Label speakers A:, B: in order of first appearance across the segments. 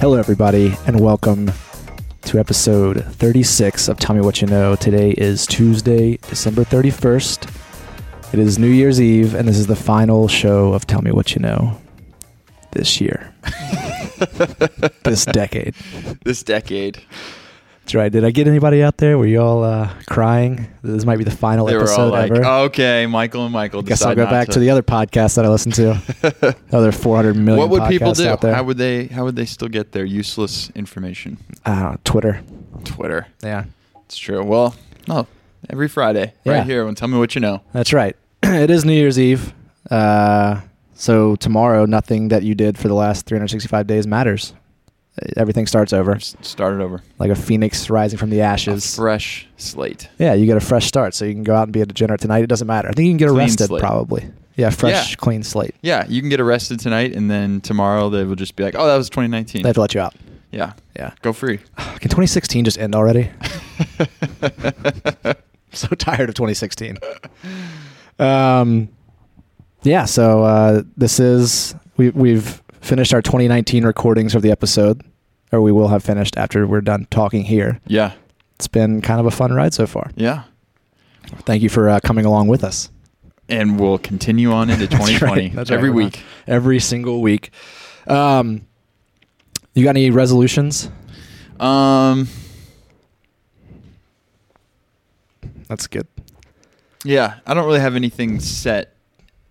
A: Hello, everybody, and welcome to episode 36 of Tell Me What You Know. Today is Tuesday, December 31st. It is New Year's Eve, and this is the final show of Tell Me What You Know this year, this decade.
B: this decade.
A: That's right. Did I get anybody out there? Were you all uh, crying? This might be the final
B: They were
A: episode
B: all like,
A: ever.
B: okay, Michael and Michael.
A: Guess I'll go
B: decide not
A: back to. the other podcast that I listened to. Another 400 million
B: What would people
A: podcasts
B: do?
A: out there.
B: How would they? How would they still get their useless information?
A: I don't know, Uh, Twitter.
B: Twitter.
A: Yeah.
B: It's true. Well, no. Every Friday,
A: Yeah.
B: right here. And tell me what you know.
A: That's right. it is New Year's Eve. Uh, so tomorrow, nothing that you did for the last 365 days matters. Uh, Everything starts over,
B: S- Start it over.
A: like a phoenix rising from the
B: A
A: ashes.
B: fresh slate.
A: Yeah, you get a fresh start, so you can go out and be a degenerate tonight. It doesn't matter. I think you can get
B: Clean
A: arrested,
B: slate.
A: probably. Yeah, fresh,
B: Yeah.
A: clean slate.
B: Yeah, you can get arrested tonight, and then tomorrow they will just be like, "Oh, that was 2019."
A: They have to let you out.
B: yeah,
A: Yeah.
B: go free.
A: Can 2016 just end already? so tired of 2016. Um, yeah. So uh, this is we we've finished our 2019 recordings of the episode, or we will have finished after we're done talking here.
B: yeah,
A: It's been kind of a fun ride so far.
B: yeah,
A: Thank you for uh, coming along with us.
B: and we'll continue on into
A: That's right,
B: 2020
A: that's right,
B: every
A: we're
B: week.
A: on every single week. Um, you got any resolutions?
B: Um,
A: That's good.
B: Yeah, I don't really have anything set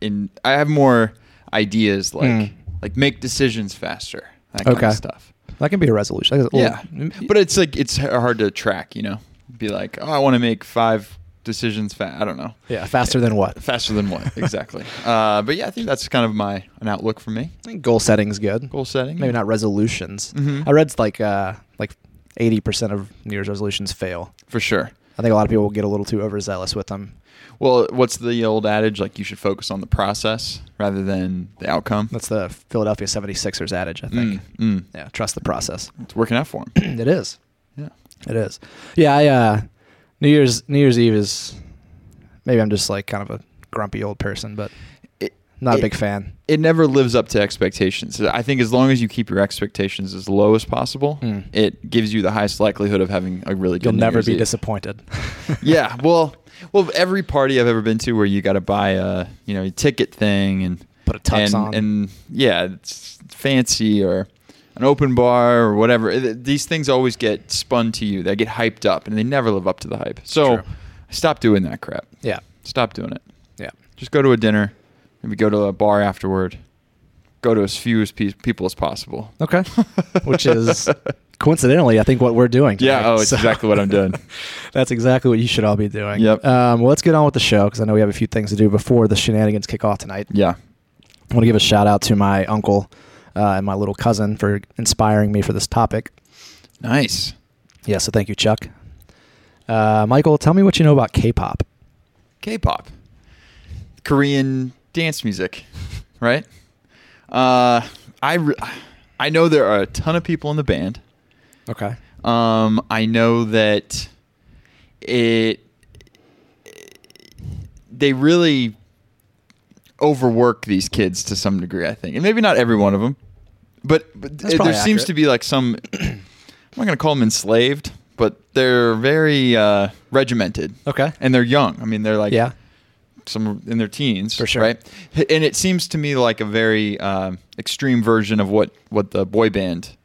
B: in. I have more ideas like
A: Mm.
B: like make decisions faster, that kind
A: Okay.
B: of stuff.
A: That can be a resolution. Like a
B: Yeah,
A: little-
B: but it's like it's h- hard to track. You know, be like, oh, I want to make five decisions. Fa-. I don't know,
A: yeah, faster than what?
B: faster than what exactly. uh, but yeah, I think that's kind of my an outlook for me.
A: I think goal setting's good.
B: Goal setting,
A: Maybe not resolutions.
B: Mhm.
A: I read like uh, like eighty percent of New Year's resolutions fail.
B: for sure.
A: I think a lot of people get a little too overzealous with them.
B: Well, what's the old adage? Like you should focus on the process rather than the outcome.
A: That's the Philadelphia 76ers adage, I think.
B: Mm, mm.
A: Yeah, trust the process.
B: It's working out for him.
A: it is.
B: yeah.
A: It is. Yeah, I uh New Year's New Year's Eve is maybe I'm just like kind of a grumpy old person, but
B: It-
A: not a
B: it-
A: big fan.
B: it never lives up to expectations. I think as long as you keep your expectations as low as possible,
A: Hmm.
B: it gives you the highest likelihood of having a really good.
A: You'll
B: New
A: never
B: Year's
A: be
B: Eve.
A: disappointed.
B: yeah, well, well, every party I've ever been to where you got to buy a you know a ticket thing and
A: Put a tux
B: and,
A: on.
B: and yeah, it's fancy or an open bar or whatever. It- These things always get spun to you. They get hyped up and they never live up to the hype. So
A: True.
B: stop doing that crap.
A: Yeah.
B: Stop doing it.
A: Yeah.
B: Just go to a dinner, maybe go to a bar afterward. Go to as few as pe- people as possible.
A: Okay. Which is coincidentally, I think what we're doing.
B: Yeah,
A: tonight.
B: oh, it's exactly what I'm doing.
A: That's exactly what you should all be doing.
B: Yep.
A: Um, well, let's get on with the show because I know we have a few things to do before the shenanigans kick off tonight.
B: Yeah,
A: I want to give a shout out to my uncle uh, and my little cousin for inspiring me for this topic.
B: nice.
A: Yeah, so thank you, Chuck. Uh, Michael, tell me what you know about K-pop.
B: K-pop, Korean dance music, right? Uh, I re- I know there are a ton of people in the band.
A: Okay.
B: Um, I know that it they really overwork these kids to some degree. I think, and maybe not every one of them, but, but
A: That's
B: there
A: probably
B: seems
A: accurate.
B: to be like some. I'm not going to call them enslaved, but they're very uh, regimented.
A: Okay.
B: and there young. I mean, they're like
A: yeah.
B: some are in their teens,
A: For sure.
B: right? H- And it seems to me like a very um, extreme version of what what the boy band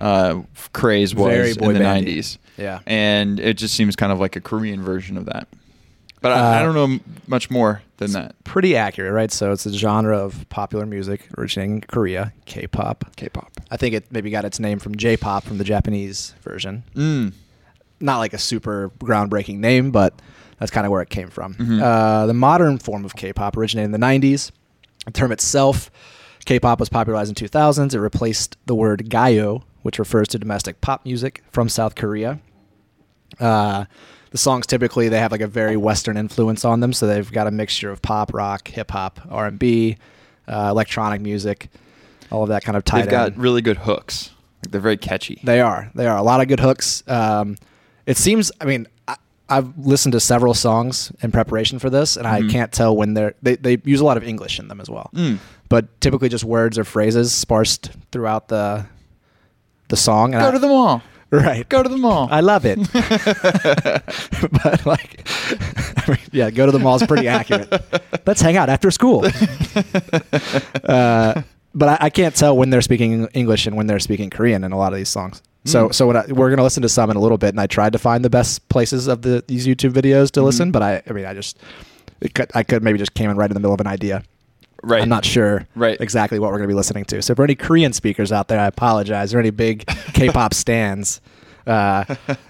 B: uh, f- craze was
A: Very boy
B: in the
A: bandy.
B: nineties.
A: Yeah.
B: and it just seems kind of like a Korean version of that. But I,
A: Uh,
B: I don't know m- much more than that.
A: Pretty accurate, right? So it's a genre of popular music originating in Korea, K-pop.
B: K-pop.
A: I think it maybe got its name from J-pop from the Japanese version.
B: Mm.
A: not like a super groundbreaking name, but that's kind of where it came from.
B: Mhm.
A: Uh, the modern form of K-pop originated in the '90s. The term itself, K-pop was popularized in 2000s. It replaced the word "gayo," which refers to domestic pop music from South Korea. Uh, the songs typically they have like a very Western influence on them, so they've got a mixture of pop, rock, hip hop, R and B, uh, electronic music, all of that kind of tied.
B: They've got
A: in.
B: really good hooks. Like they're very catchy.
A: They are. They are a lot of good hooks. Um, it seems. I mean, I, I've listened to several songs in preparation for this, and I can't tell when they're. They, they use a lot of English in them as well,
B: Mm-hmm. Mm.
A: but typically just words or phrases sparsed throughout the the song. and
B: Go
A: I-
B: to the mall.
A: Right.
B: Go to the mall.
A: I love it. but like, yeah, go to the mall is pretty accurate. Let's hang out after school. uh, but I, I can't tell when they're speaking English and when they're speaking Korean in a lot of these songs. So,
B: Mm.
A: so when I, we're gonna listen to some in a little bit, and I tried to find the best places of the these YouTube videos
B: Hmm.
A: to listen, but I, I mean, I just, it could, I could maybe just came in right in the middle of an idea.
B: Right.
A: I'm not sure
B: Right.
A: exactly what we're going to be listening to. So for any Korean speakers out there, I apologize. Or any big K-pop stands, uh,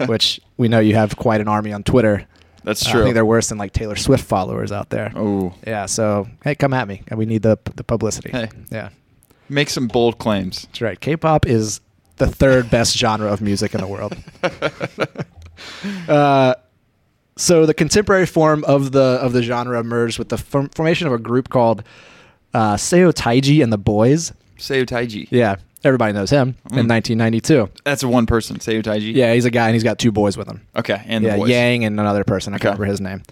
A: which we know you have quite an army on Twitter.
B: That's
A: Uh,
B: true.
A: I think they're worse than like Taylor Swift followers out there.
B: Oh.
A: Yeah. So hey, come at me. We need the the publicity.
B: Hey.
A: Yeah.
B: Make some bold claims.
A: That's right. K-pop is the third best genre of music in the world. uh, so the contemporary form of the of the genre emerged with the form- formation of a group called uh, Seo Taiji and the Boys.
B: Seo Taiji.
A: Yeah, everybody knows him in
B: Mm.
A: 1992.
B: That's one person. Seo Taiji.
A: Yeah, he's a guy and he's got two boys with him.
B: Okay. And
A: yeah,
B: the voice.
A: Yang and another person. I
B: Okay.
A: can't remember his name.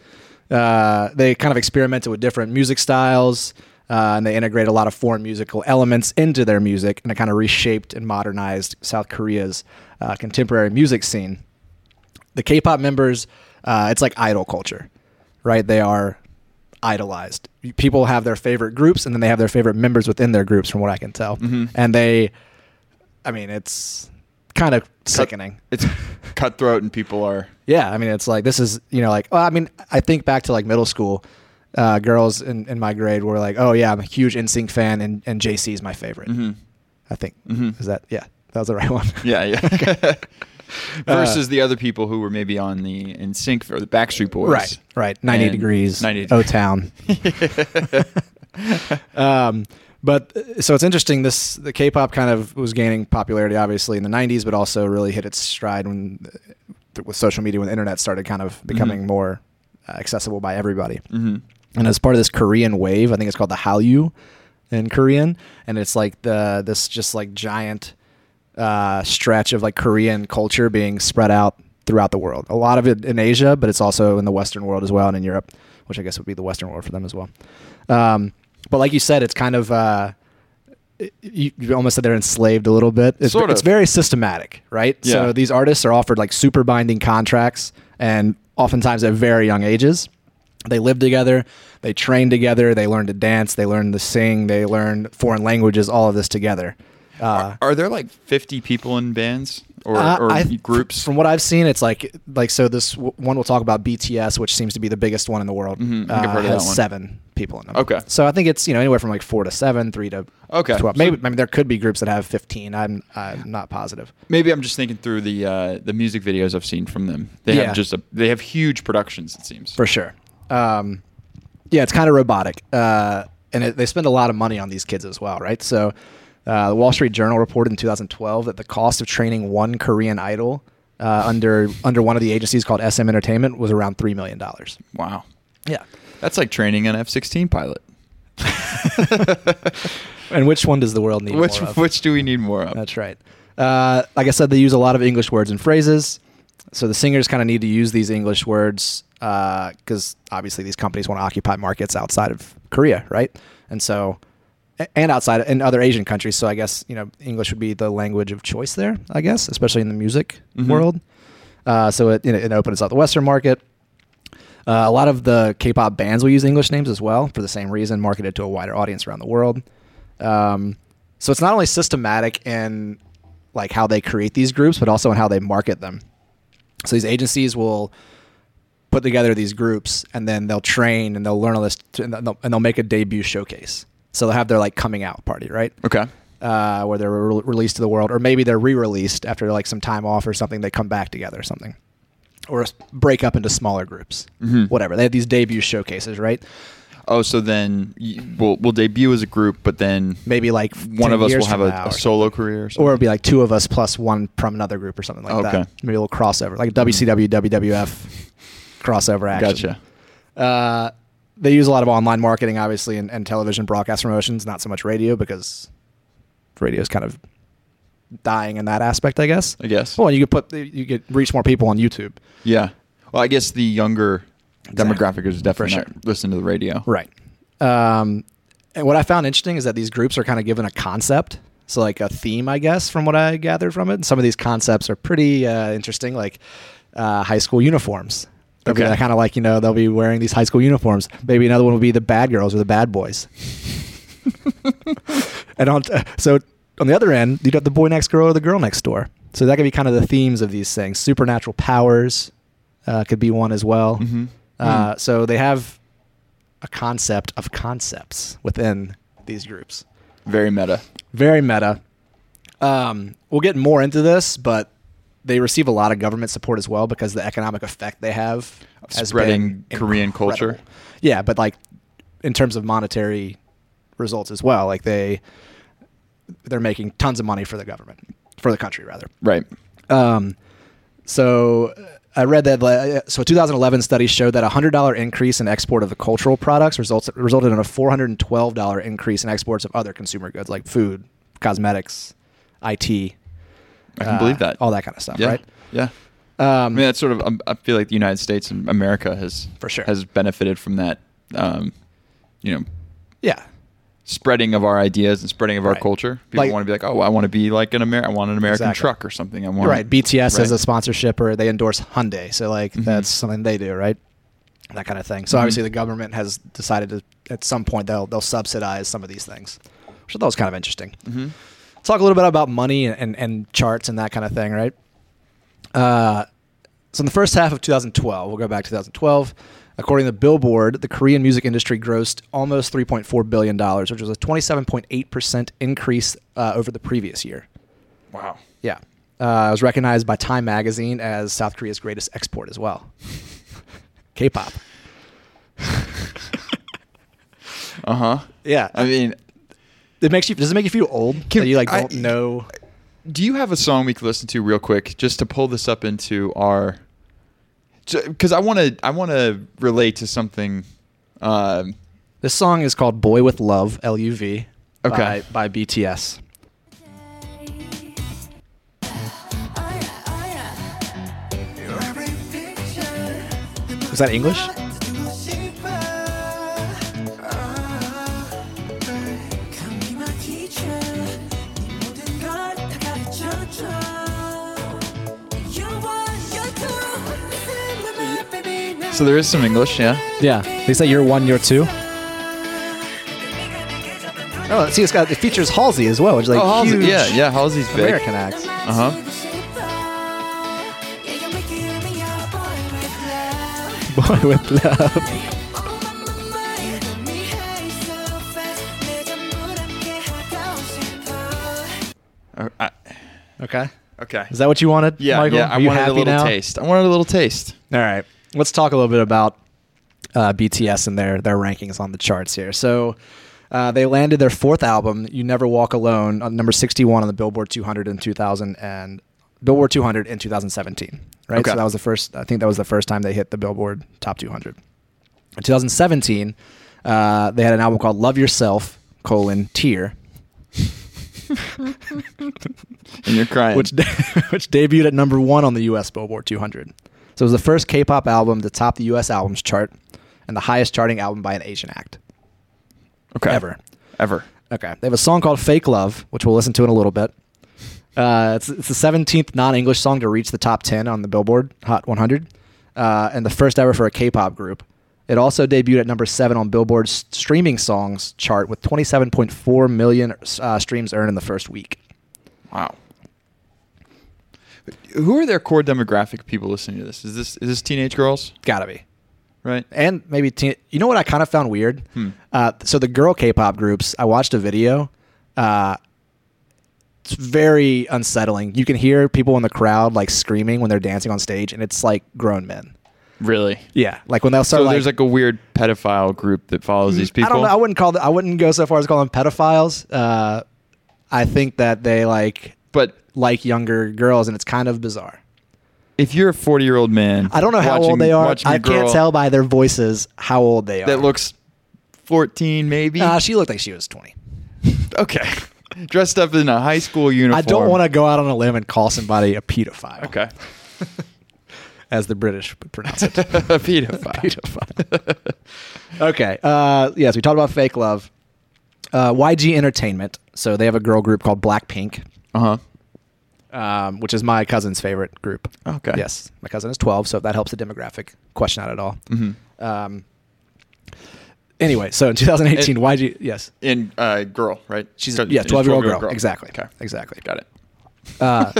A: Uh, they kind of experimented with different music styles, uh, and they integrate a lot of foreign musical elements into their music, and it kind of reshaped and modernized South Korea's uh, contemporary music scene. The K-pop members, uh, it's like idol culture, right? They are idolized. People have their favorite groups, and then they have their favorite members within their groups, from what I can tell.
B: Mm-hmm.
A: And they, I mean, it's kind of sickening.
B: It's cutthroat and people are.
A: Yeah, I mean, it's like this is you know like well, I mean, I think back to like middle school. Uh, girls in, in my grade were like, "Oh yeah, I'm a huge NSYNC fan, and and JC is my favorite."
B: hmm
A: I think
B: Mhm.
A: is that yeah, that was the right one.
B: Yeah, yeah. Versus
A: Uh,
B: the other people who were maybe on the in sync for the Backstreet Boys.
A: right, right, ninety
B: And
A: degrees,
B: 90
A: O Town. um, but uh, so it's interesting. This the K-pop kind of was gaining popularity, obviously in the '90s, but also really hit its stride when uh, with social media, when the internet started kind of becoming
B: Mhm.
A: more uh, accessible by everybody.
B: Mhm.
A: and as part of this Korean wave, I think it's called the Hallyu in Korean, and it's like the this just like giant uh, stretch of like Korean culture being spread out throughout the world. A lot of it in Asia, but it's also in the Western world as well, and in Europe, which I guess would be the Western world for them as well. Um, but like you said, it's kind of uh, it- you, you almost said they're enslaved a little bit. It's,
B: Sort
A: it's
B: of.
A: very systematic, right?
B: Yeah.
A: So these artists are offered like super binding contracts, and oftentimes at very young ages. They live together, they train together, they learn to dance, they learn to sing, they learn foreign languages, all of this together. Uh,
B: Are there like 50 people in bands or,
A: uh,
B: or
A: I-
B: groups?
A: From what I've seen, it's like like so. This w- one we'll talk about BTS, which seems to be the biggest one in the world. Uh,
B: Mhm, I think I've heard of
A: has
B: that one.
A: seven people in them.
B: Okay.
A: so I think it's you know anywhere from like four to seven, three to
B: Okay.
A: twelve. Maybe
B: So-
A: I mean there could be groups that have fifteen. I'm I'm not positive.
B: Maybe I'm just thinking through the uh, the music videos I've seen from them. They
A: Yeah.
B: have just a, they have huge productions. It seems.
A: for sure. Um, yeah, it's kind of robotic, uh, and it, they spend a lot of money on these kids as well, right? So, uh, the Wall Street Journal reported in 2012 that the cost of training one Korean idol uh, under under one of the agencies called SM Entertainment was around three million dollars.
B: wow,
A: Yeah,
B: that's like training an F-16 pilot.
A: and which one does the world need
B: Which
A: more of?
B: which do we need more of?
A: That's right. Uh, like I said, they use a lot of English words and phrases. So the singers kind of need to use these English words because obviously these companies want to occupy markets outside of Korea, right? And so, a- and outside in other Asian countries. So I guess, you know, English would be the language of choice there, I guess, especially in the music
B: Mhm.
A: world. Uh, so it, you know, it opens up the Western market. Uh, a lot of the K-pop bands will use English names as well for the same reason, marketed to a wider audience around the world. Um, so it's not only systematic in like how they create these groups, but also in how they market them. So these agencies will put together these groups, and then they'll train and they'll learn all this, t- and they'll, and they'll make a debut showcase. So they'll have their like coming out party, right?
B: Okay.
A: uh, where they're re- released to the world, or maybe they're re-released after like some time off or something. They come back together or something, or s- break up into smaller groups.
B: Mhm.
A: Whatever. They have these debut showcases, right?
B: Oh, so then y- we'll we'll debut as a group, but then
A: Maybe like
B: one
A: 10
B: of us
A: years
B: will have
A: from
B: a,
A: now
B: a
A: or
B: solo career, or,
A: something. or it'll
B: something.
A: be like two of us plus one from another group or something like
B: Okay. Mm-hmm.
A: that. Maybe a little crossover, like WCW WWF crossover action.
B: gotcha.
A: Uh, they use a lot of online marketing, obviously, and, and television broadcast promotions, not so much radio because radio is kind of dying in that aspect, I guess.
B: I guess.
A: Well, you could put you could reach more people on YouTube.
B: Yeah. Well, I guess the younger
A: Exactly.
B: demographic is definitely
A: For
B: not listening to the radio.
A: Right. Um, and what I found interesting is that these groups are kind of given a concept. So like a theme, I guess, from what I gathered from it. And some of these concepts are pretty uh, interesting, like uh, high school uniforms. They'll
B: Okay.
A: be kind of like you know they'll be wearing these high school uniforms. Maybe another one will be the bad girls or the bad boys. and on t- so on the other end, you'd have the boy next door or the girl next door. So that could be kind of the themes of these things. Supernatural powers uh, could be one as well.
B: Mhm.
A: Uh,
B: Hmm.
A: So they have a concept of concepts within these groups.
B: Very meta.
A: Very meta. Um, we'll get more into this, but they receive a lot of government support as well because the economic effect they have
B: Of
A: has
B: spreading
A: been
B: Korean culture.
A: incredible. Yeah, but like in terms of monetary results as well, like they they're making tons of money for the government, for the country rather.
B: Right.
A: Um, so I read that. uh, So a 2011 study showed that a hundred dollar increase in export of the cultural products results resulted in a 412 dollar increase in exports of other consumer goods like food, cosmetics, IT.
B: I can
A: uh,
B: believe that.
A: All that kind of stuff,
B: yeah.
A: right?
B: Yeah. I
A: Um,
B: mean, that's sort of. um, I feel like the United States and America has
A: For sure.
B: has benefited from that. Um, you know,
A: yeah.
B: spreading of our ideas and spreading of our
A: Right.
B: culture. People
A: Like-
B: want to be like, oh, I want to be like an Amer. I want an American
A: Exactly.
B: truck or something. I want
A: You're right. BTS has
B: Right.
A: a sponsorship or they endorse Hyundai. So like
B: Mhm.
A: that's something they do, right? That kind of thing. So
B: Mhm.
A: obviously the government has decided to at some point they'll they'll subsidize some of these things. Which I thought was kind of interesting.
B: Mhm.
A: Let's talk a little bit about money and, and, and charts and that kind of thing, right? Uh, so in the first half of 2012, we'll go back to 2012. According to Billboard, the Korean music industry grossed almost 3.4 billion dollars, which was a 27.8 percent increase uh, over the previous year.
B: Wow.
A: Yeah. Uh, it was recognized by Time magazine as South Korea's greatest export as well. K pop.
B: Uh huh.
A: Yeah.
B: I mean,
A: it makes you does it make you feel old?
B: Can-
A: that you like
B: I- e
A: don't know
B: do you have a song we could listen to real quick just to pull this up into our? Because I want to. I want to relate to something. Um,
A: this song is called Boy with Love, L U V
B: Okay.
A: by, by BTS.
C: Is that English?
B: so there is some English, yeah.
A: Yeah. They say you're one, you're two.
C: Oh,
A: Oh, see it's got it features Halsey as well, which is like
B: oh, Halsey,
A: huge
B: yeah, yeah. Halsey's big.
A: American act.
C: Uh
A: Boy with Love.
C: huh.
B: Uh, I-
A: Okay.
B: okay.
A: Is that what you wanted?
B: yeah,
A: Michael?
B: yeah. I
A: Are you
B: wanted
A: happy
B: a little
A: now?
B: taste. I wanted a little taste.
A: All right, let's talk a little bit about uh, BTS and their their rankings on the charts here. So uh, they landed their fourth album, "You Never Walk Alone," on number sixty-one on the Billboard 200 in 2000 and Billboard 200 in 2017. Right,
B: Okay.
A: so that was the first. I think that was the first time they hit the Billboard Top 200. In 2017, uh, they had an album called "Love Yourself: colon, Tear,"
B: And you're crying.
A: which de- which debuted at number one on the U.S. Billboard 200. So it was the first K-pop album to top the U.S. albums chart and the highest charting album by an Asian act
B: okay.
A: ever.
B: Ever.
A: Okay, they have a song called "Fake Love," which we'll listen to in a little bit. Uh, it's, it's the 17th non-English song to reach the top 10 on the Billboard Hot 100, uh, and the first ever for a K-pop group. It also debuted at number seven on Billboard's streaming songs chart with 27.4 million uh, streams earned in the first week.
B: Wow. Who are their core demographic people listening to this? Is this is this teenage girls?
A: Gotta be.
B: Right.
A: and maybe teen- you know what I kind of found weird.
B: Hmm.
A: Uh, so the girl K-pop groups, I watched a video. Uh, it's very unsettling. You can hear people in the crowd like screaming when they're dancing on stage, and it's like grown men.
B: Really.
A: Yeah, like when they'll
B: So,
A: start. like, Mm,
B: there's like a weird pedophile group that follows these people.
A: I don't know. I wouldn't call. Them, I wouldn't go so far as calling them pedophiles. Uh, I think that they like
B: But
A: like younger girls, and it's kind of bizarre.
B: if you're a 40 year old man,
A: I don't know how
B: watching-
A: old they are.
B: watching a
A: I can't
B: girl
A: tell by their voices how old they are.
B: That looks 14, maybe.
A: Uh, she looked like she was twenty.
B: okay. Dressed up in a high school uniform.
A: I don't want to go out on a limb and call somebody a pedophile.
B: Okay.
A: As the British would pronounce it.
B: pedophile.
A: pedophile. okay. Uh, yes, we talked about fake love. Uh, YG Entertainment. So they have a girl group called Blackpink,
B: Uh huh.
A: um, which is my cousin's favorite group.
B: Okay.
A: Yes, my cousin is 12, so if that helps the demographic question out at all.
B: Mm-hmm.
A: Um, anyway, so in 2018,
B: It-
A: YG, yes,
B: And uh, girl, right?
A: she's
B: Sorry,
A: yeah,
B: it's
A: 12 year old
B: 12-year-old
A: girl. Exactly.
B: Okay.
A: Exactly.
B: Got it.
A: Uh,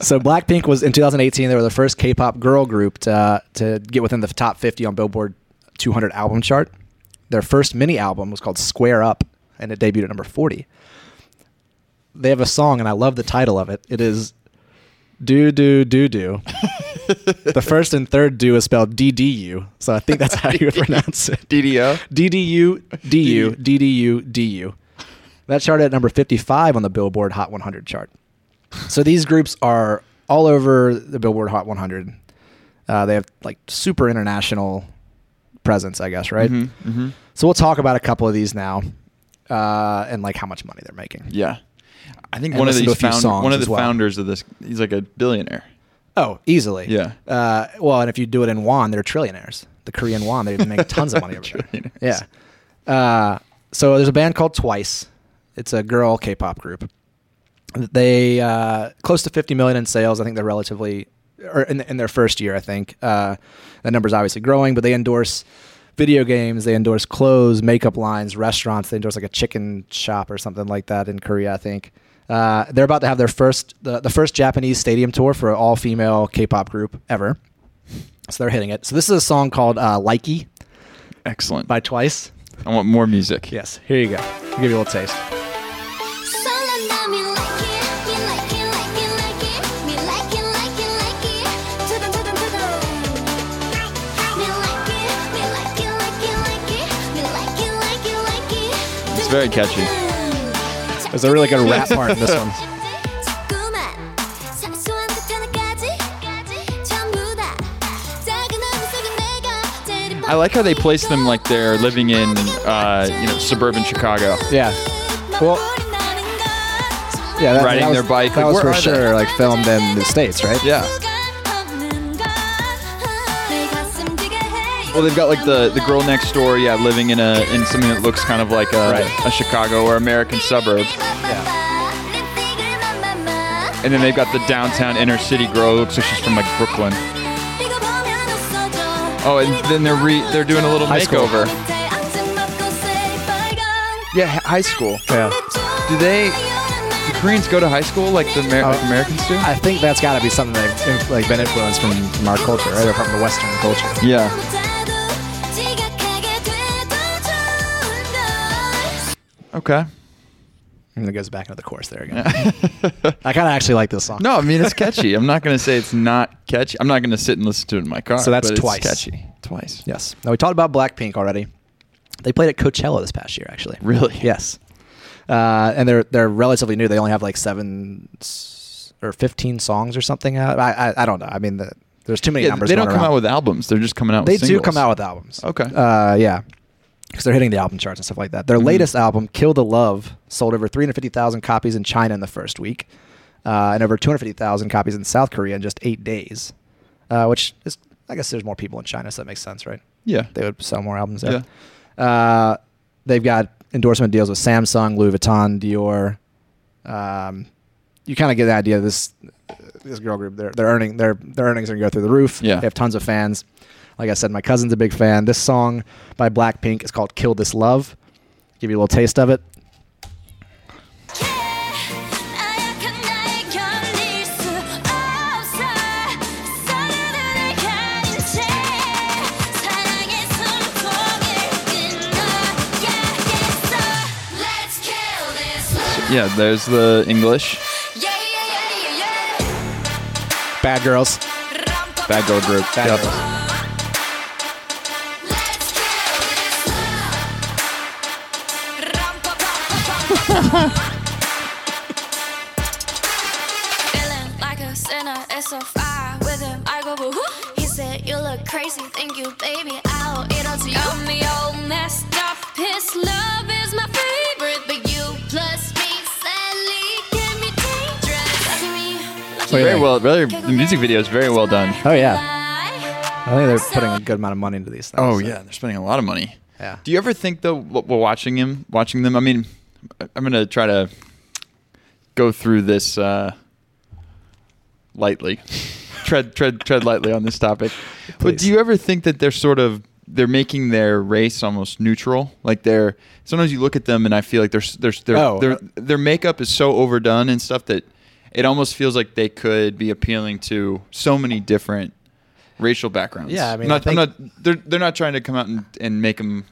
A: so Blackpink was in 2018. They were the first K-pop girl group to, uh, to get within the top 50 on Billboard 200 album chart. Their first mini album was called Square Up, and it debuted at number 40. They have a song, and I love the title of it. It is "Do Do Do Do." the first and third "do" is spelled "DDU," so I think that's how you would pronounce it.
B: DDO.
A: DDU, DU, DDU, DU. That charted at number 55 on the Billboard Hot 100 chart. So these groups are all over the Billboard Hot 100. Uh, they have like super international presence, I guess, right?
B: Mm-hmm. hmm
A: So we'll talk about a couple of these now uh, and like how much money they're making.
B: Yeah. I think
A: And
B: one of
A: listen to a
B: these
A: few
B: found,
A: songs
B: one of
A: as
B: the
A: well.
B: founders of this. He's like a billionaire.
A: Oh, easily.
B: Yeah.
A: Uh, well, and if you do it in won, they're trillionaires. The Korean won, they make tons of money over there. Yeah.
B: Trillionaires.
A: Uh, so there's a band called Twice. It's a girl K-pop group. They uh, close to 50 million in sales. I think they're relatively, or in, in their first year, I think uh, that number's obviously growing. But they endorse video games, they endorse clothes, makeup lines, restaurants. They endorse like a chicken shop or something like that in Korea, I think. Uh, they're about to have their first, the, the first Japanese stadium tour for an all-female K-pop group ever. So they're hitting it. So this is a song called uh, "Likey"
B: Excellent.
A: by Twice.
B: I want more music.
A: Yes, here you go. I'll give you a little taste.
C: So you know me like it, me like it, like it, like it, me like it, like it, like it, to the, to the, to the. Me like it, me like it, like it, like it, me like it, like it, like it. to
B: It's
C: the,
B: very
C: to the,
B: catchy.
C: to the.
A: There's a really good rap part in this one.
C: 자꾸만 사소한 특별한까지 전부 다 작은 어느 속에 내가 때린
B: I like how they place them like they're living in, uh, you know, suburban Chicago.
A: Yeah. Well, yeah, that,
B: Riding
A: that was,
B: their bike,
A: That
B: like,
A: was
B: where
A: for
B: are they?
A: sure like filmed in the states, right?
B: Yeah. Well, they've got like the, the girl next door, yeah, living in a in something that looks kind of like a,
A: Right.
B: a Chicago or American suburb, and then they've got the downtown inner city girl. Looks like she's from like Brooklyn. Oh, and then they're re- they're doing a little
A: High school.
B: makeover. Yeah, hi- high school.
A: Yeah.
B: Do they? Do Koreans go to high school like the Amer-
A: Uh,
B: like Americans do?
A: I think that's got to be something that inf- like been influenced from, from our culture, right? Or from the Western culture.
B: yeah. Okay.
A: And it goes back into the chorus there again. I kind of actually like this song.
B: no, I mean it's catchy. I'm not gonna say it's not catchy. I'm not gonna sit and listen to it in my car.
A: So that's
B: but it's
A: twice.
B: catchy. Twice.
A: Yes. Now we talked about Blackpink already. They played at Coachella this past year, actually.
B: Really?
A: Yes. Uh, and they're they're relatively new. They only have like seven s- or fifteen songs or something. out. I I, I don't know. I mean, the, there's too many
B: Yeah,
A: numbers.
B: they don't
A: going
B: come
A: around.
B: out with albums. They're just coming out.
A: They
B: with singles.
A: do come out with albums.
B: Okay.
A: Uh, yeah. Because they're hitting the album charts and stuff like that. Their
B: Mhm.
A: latest album, Kill the Love, sold over 350,000 copies in China in the first week uh, and over 250,000 copies in South Korea in just eight days, uh, which is, I guess there's more people in China, so that makes sense, right?
B: Yeah.
A: They would sell more albums there. Uh, they've got endorsement deals with Samsung, Louis Vuitton, Dior. Um, you kind of get the idea. This this girl group, they're, they're earning their their earnings are gonna go through the roof.
B: Yeah.
A: they have tons of fans. Like I said, my cousin's a big fan. This song by Blackpink is called "Kill This Love." Give you a little taste of it.
C: Let's kill this love.
B: Yeah, there's the English
C: Yeah, yeah, yeah, yeah, yeah.
A: Bad girls.
B: bad girl group.
A: Bad
B: Yep.
A: girls.
D: Feeling like a sinner, it's so fire with him. I go, boo hoo. He said, You look crazy, thank you, baby. I'll eat all to you. Got me all messed up. His love is my favorite, but you plus me, sadly, can be dangerous. Lucky me, lucky
A: Wait,
D: me.
B: Very well. Very, the music video is very well done.
A: Oh yeah, I think they're putting a good amount of money into these things.
B: Oh
A: so-
B: yeah, they're spending a lot of money.
A: yeah.
B: Do you ever think though, w- while watching him, watching them? I mean, I- I'm gonna try to go through this uh, lightly. tread tread tread lightly on this topic. But
A: Please.
B: do you ever think that they're sort of they're making their race almost neutral? Like they're sometimes you look at them and I feel like there's there's their
A: Oh,
B: their
A: uh,
B: their makeup is so overdone and stuff that it almost feels like they could be appealing to so many different racial backgrounds.
A: Yeah, I mean,
B: I'm not,
A: I
B: I'm
A: think-
B: not- they're they're not trying to come out and, and make them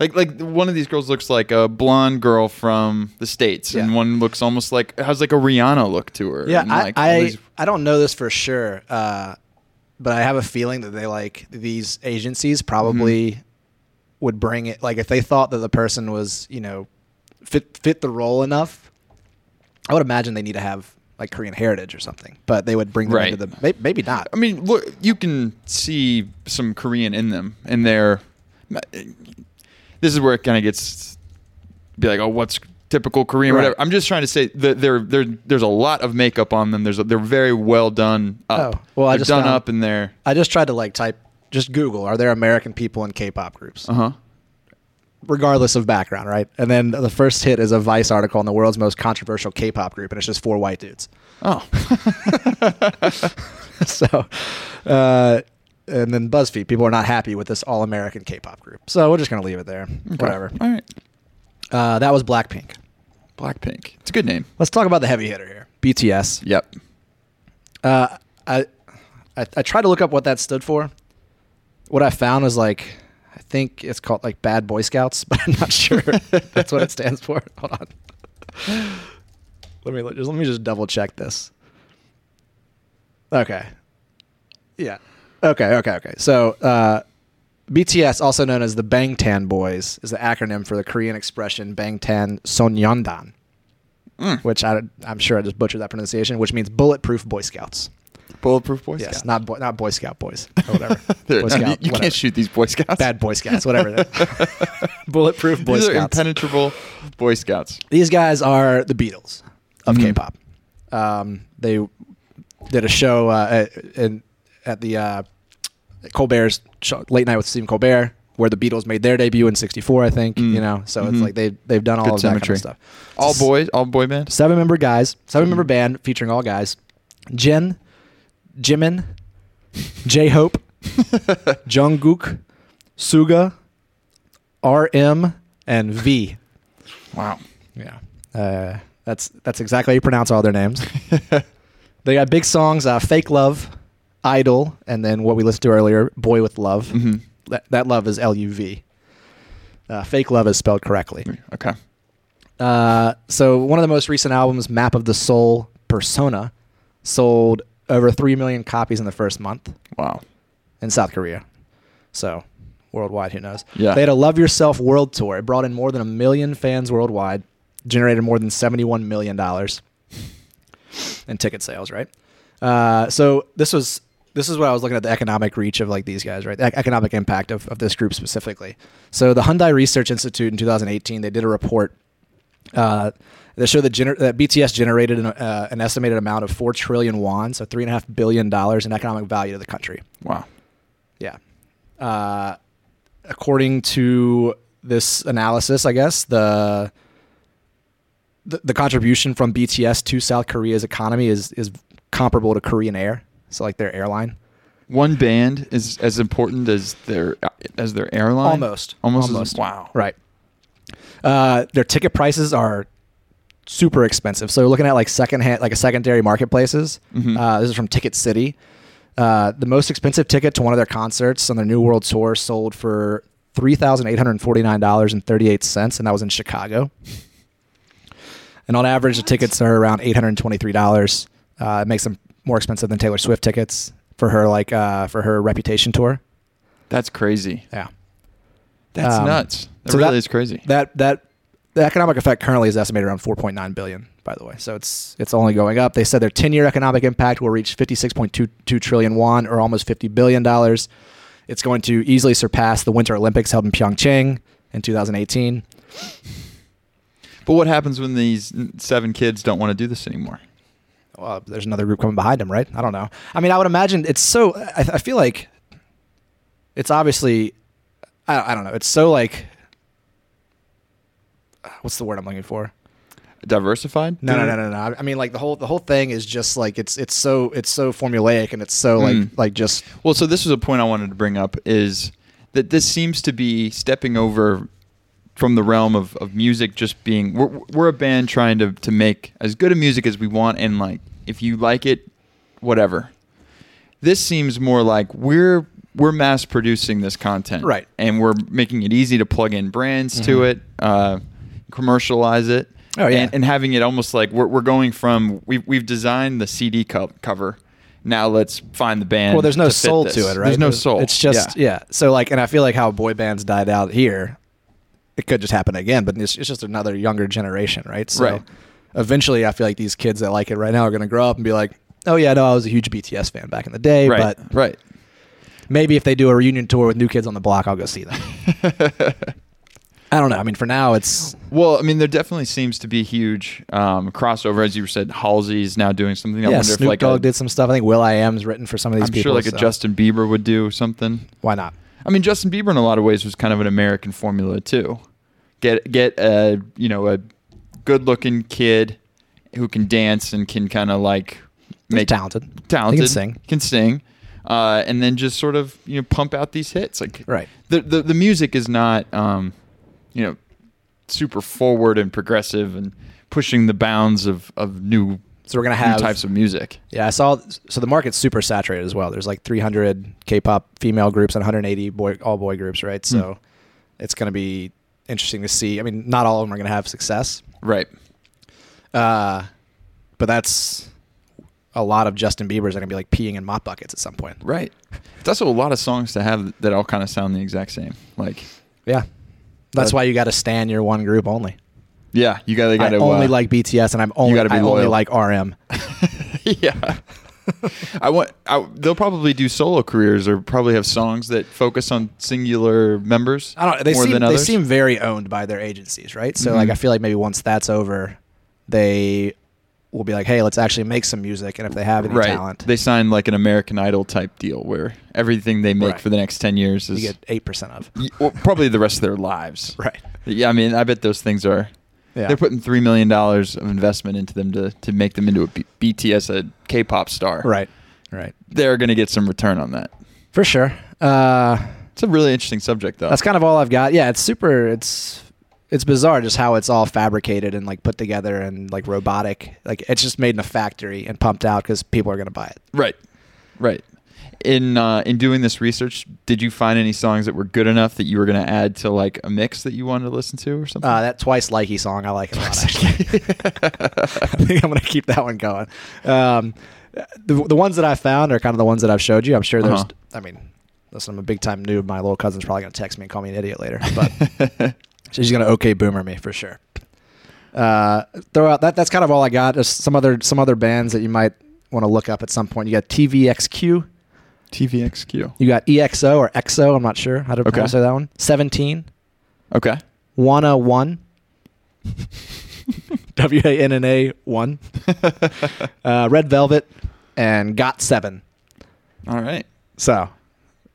B: like like one of these girls looks like a blonde girl from the states, and
A: Yeah.
B: one looks almost like has like a Rihanna look to her.
A: Yeah,
B: and
A: I,
B: like all
A: I,
B: these-
A: I don't know this for sure, uh, but I have a feeling that they like these agencies probably
B: Mm-hmm.
A: would bring it. Like if they thought that the person was, you know, fit fit the role enough, I would imagine they need to have like Korean heritage or something. But they would bring them
B: Right.
A: into the may, maybe not.
B: I mean, look, you can see some Korean in them, and they're. This is where it kind of gets, be like, oh, what's typical Korean,
A: Right.
B: whatever. I'm just trying to say that there, there, there's a lot of makeup on them. There's, a, they're very well done up.
A: Oh, well, I
B: they're
A: just
B: done
A: found-
B: up in there.
A: I just tried to like type just Google are there American people in K-pop groups?
B: Uh huh.
A: regardless of background, right? And then the first hit is a Vice article on the world's most controversial K-pop group, and it's just four white dudes.
B: Oh,
A: so, uh, and then BuzzFeed people are not happy with this all-American K-pop group. So we're just gonna leave it there. Whatever.
B: All right,
A: Uh, that was Blackpink.
B: Blackpink. It's a good name.
A: Let's talk about the heavy hitter here, BTS.
B: Yep.
A: Uh, I, I I tried to look up what that stood for. What I found was like, I think it's called like Bad Boy Scouts, but I'm not sure that's what it stands for. Hold on. Let me let me just double check this. Okay. Yeah. Okay. Okay. Okay. So uh, BTS, also known as the Bangtan Boys, is the acronym for the Korean expression Bangtan Sonyeondan, which I, I'm sure I just butchered that pronunciation, which means bulletproof Boy Scouts.
B: Bulletproof Boy
A: Yes,
B: Scouts.
A: not boy, not Boy Scout boys or whatever.
B: They're-
A: boy
B: you-
A: Scout,
B: you
A: whatever.
B: can't shoot these Boy Scouts.
A: Bad Boy Scouts, whatever. they're- Bulletproof Boy
B: These are
A: Scouts.
B: impenetrable Boy Scouts.
A: These guys are the Beatles of K-pop. Um, they did a show uh, at, in, at the uh, Colbert's show, late night with Stephen Colbert, where the Beatles made their debut in '64, I think. You know, so it's like they they've done all
B: Good
A: of that kind
B: symmetry.
A: of stuff.
B: All boys, all boy band.
A: seven member guys, seven member band featuring all guys: Jin, Jimin, J Hope, Jungkook, Suga, RM, and V.
B: Wow.
A: Yeah, uh, that's that's exactly how you pronounce all their names. they got big songs: uh, "Fake Love," "Idol," and then what we listened to earlier, "Boy with Love." That, that love is L U V. Uh, fake love is spelled correctly.
B: Okay.
A: Uh, so one of the most recent albums, Map of the Soul Persona, sold over three million copies in the first month
B: Wow.
A: in South Korea. So worldwide, who knows?
B: Yeah.
A: They had a Love Yourself World Tour. It brought in more than a million fans worldwide, generated more than seventy-one million dollars in ticket sales, right? Uh, so this was this is what I was looking at the economic reach of like these guys, right? The ec- economic impact of, of this group specifically. So the Hyundai Research Institute in 2018, they did a report uh, that showed that, gener- that BTS generated an, uh, an estimated amount of four trillion won, so three and a half billion dollars in economic value to the country.
B: Wow.
A: Yeah. Uh, according to this analysis, I guess the, the the contribution from BTS to South Korea's economy is is comparable to Korean Air, so like their airline.
B: One band is as important as their as their airline.
A: Almost.
B: Almost. as-
A: Almost.
B: wow.
A: Right. Uh, their ticket prices are super expensive. So you're looking at like secondhand, like a secondary marketplaces. Uh, this is from Ticket City. Uh, the most expensive ticket to one of their concerts on their New World Tour sold for three thousand eight hundred forty nine dollars and thirty eight cents, and that was in Chicago. And on average, the tickets are around eight hundred twenty three dollars. Uh, it makes them more expensive than Taylor Swift tickets for her like uh, for her Reputation tour.
B: That's crazy.
A: Yeah.
B: That's
A: Um,
B: nuts. That
A: so
B: really
A: that-
B: is crazy.
A: that that the economic effect currently is estimated around 4.9 billion by the way so it's it's only going up they said their 10-year economic impact will reach 56.22 trillion won or almost 50 billion dollars it's going to easily surpass the winter olympics held in pyeongchang in 2018
B: but what happens when these n- seven kids don't want to do this anymore?
A: well, there's another group coming behind him, right? I don't know. I mean, I would imagine it's so. I, I feel like it's obviously. I, I don't know. It's so like what's the word I'm looking for?
B: Diversified?
A: No, no, no, no, no. I mean, like the whole the whole thing is just like it's it's so it's so formulaic and it's so
B: Mm.
A: like like just
B: Well, so this was a point I wanted to bring up is that this seems to be stepping over from the realm of, of music just being we're, we're a band trying to, to make as good a music as we want and like if you like it whatever this seems more like we're we're mass producing this content
A: Right. Mm-hmm.
B: and we're making it easy to plug in brands to it uh, commercialize it
A: Oh, yeah.
B: and, and having it almost like we're, we're going from we've, we've designed the cd co- cover now let's find the band
A: well, there's no
B: to fit
A: soul
B: this.
A: to it, right?
B: There's no soul.
A: It's just yeah. So like, and I feel like how boy bands died out here, it could just happen again. But it's, it's just another younger generation, right? So
B: Right.
A: Eventually, I feel like these kids that like it right now are going to grow up and be like, "Oh yeah, no, I was a huge BTS fan back in the day,
B: right,
A: but
B: right.
A: maybe if they do a reunion tour with New Kids on the Block, I'll go see them." I don't know. I mean, for now, it's
B: Well, I mean, there definitely seems to be huge um, crossover, as you said. Halsey's now doing something. I
A: yeah.
B: wonder
A: Snoop
B: if like
A: Dogg
B: a,
A: did some stuff. I think Will I Am's written for some of these
B: I'm
A: people.
B: sure like
A: so
B: a Justin Bieber would do something.
A: Why not?
B: I mean, Justin Bieber in a lot of ways was kind of an American formula too. Get get a you know a good looking kid who can dance and can kind of like
A: He's
B: make
A: talented.
B: talented,
A: He can sing.
B: can sing, uh, and then just sort of you know pump out these hits. Like
A: Right.
B: the the, the music is not um, you know super forward and progressive and pushing the bounds of of new
A: So we're gonna
B: new
A: have
B: types of music.
A: Yeah, I saw. So the market's super saturated as well. There's like 300 K-pop female groups and 180 boy all boy groups, right?
B: Hmm.
A: So it's going to be interesting to see. I mean, not all of them are going to have success,
B: Right.
A: uh, but that's a lot of Justin Bieber's are going to be like peeing in mop buckets at some point.
B: Right. It's also a lot of songs to have that all kind of sound the exact same. Like
A: Yeah, that's
B: But-
A: why you got to stand your one group only.
B: yeah, you gotta
A: I
B: gotta
A: only
B: uh,
A: like BTS, and I'm only
B: gotta be
A: I only
B: loyal.
A: like RM.
B: yeah. I want. I, they'll probably do solo careers, or probably have songs that focus on singular members.
A: I don't. They
B: more
A: seem
B: than
A: they
B: others.
A: seem very owned by their agencies, right? So like,
B: Mhm.
A: I feel like maybe once that's over, they will be like, "Hey, let's actually make some music." And if they have any talent,
B: They signed like an American Idol type deal where everything they make
A: Right.
B: for the next 10 years
A: you
B: is
A: get eight percent of.
B: y- well, probably the rest of their lives.
A: Right.
B: Yeah, I mean, I bet those things are.
A: Yeah.
B: They're putting $3 million of investment into them to, to make them into a B- BTS, a K pop star.
A: Right. Right.
B: They're going to get some return on that.
A: For sure. Uh,
B: It's a really interesting subject, though.
A: that's kind of all I've got. Yeah, it's super. It's it's bizarre just how it's all fabricated and like put together and like robotic. Like it's just made in a factory and pumped out because people are gonna buy it.
B: Right, right. In uh, in doing this research, did you find any songs that were good enough that you were going to add to like a mix that you wanted to listen to or something?
A: Uh, that twice likey song, I like it a lot. Actually. I think I'm gonna keep that one going. Um, the the ones that I found are kind of the ones that I've showed you. I'm sure there's.
B: Uh-huh.
A: I mean, listen, I'm a big time noob. My little cousin's probably gonna text me and call me an idiot later, but she's gonna okay boomer me for sure. Uh, throw out that that's kind of all I got. There's some other some other bands that you might want to look up at some point. You got TVXQ.
B: TVXQ.
A: You got EXO or EXO. I'm not sure how to
B: Okay.
A: pronounce that one. Seventeen.
B: Okay.
A: Wanna one. W A N N A one. Uh, Red Velvet and Got Seven.
B: All right.
A: So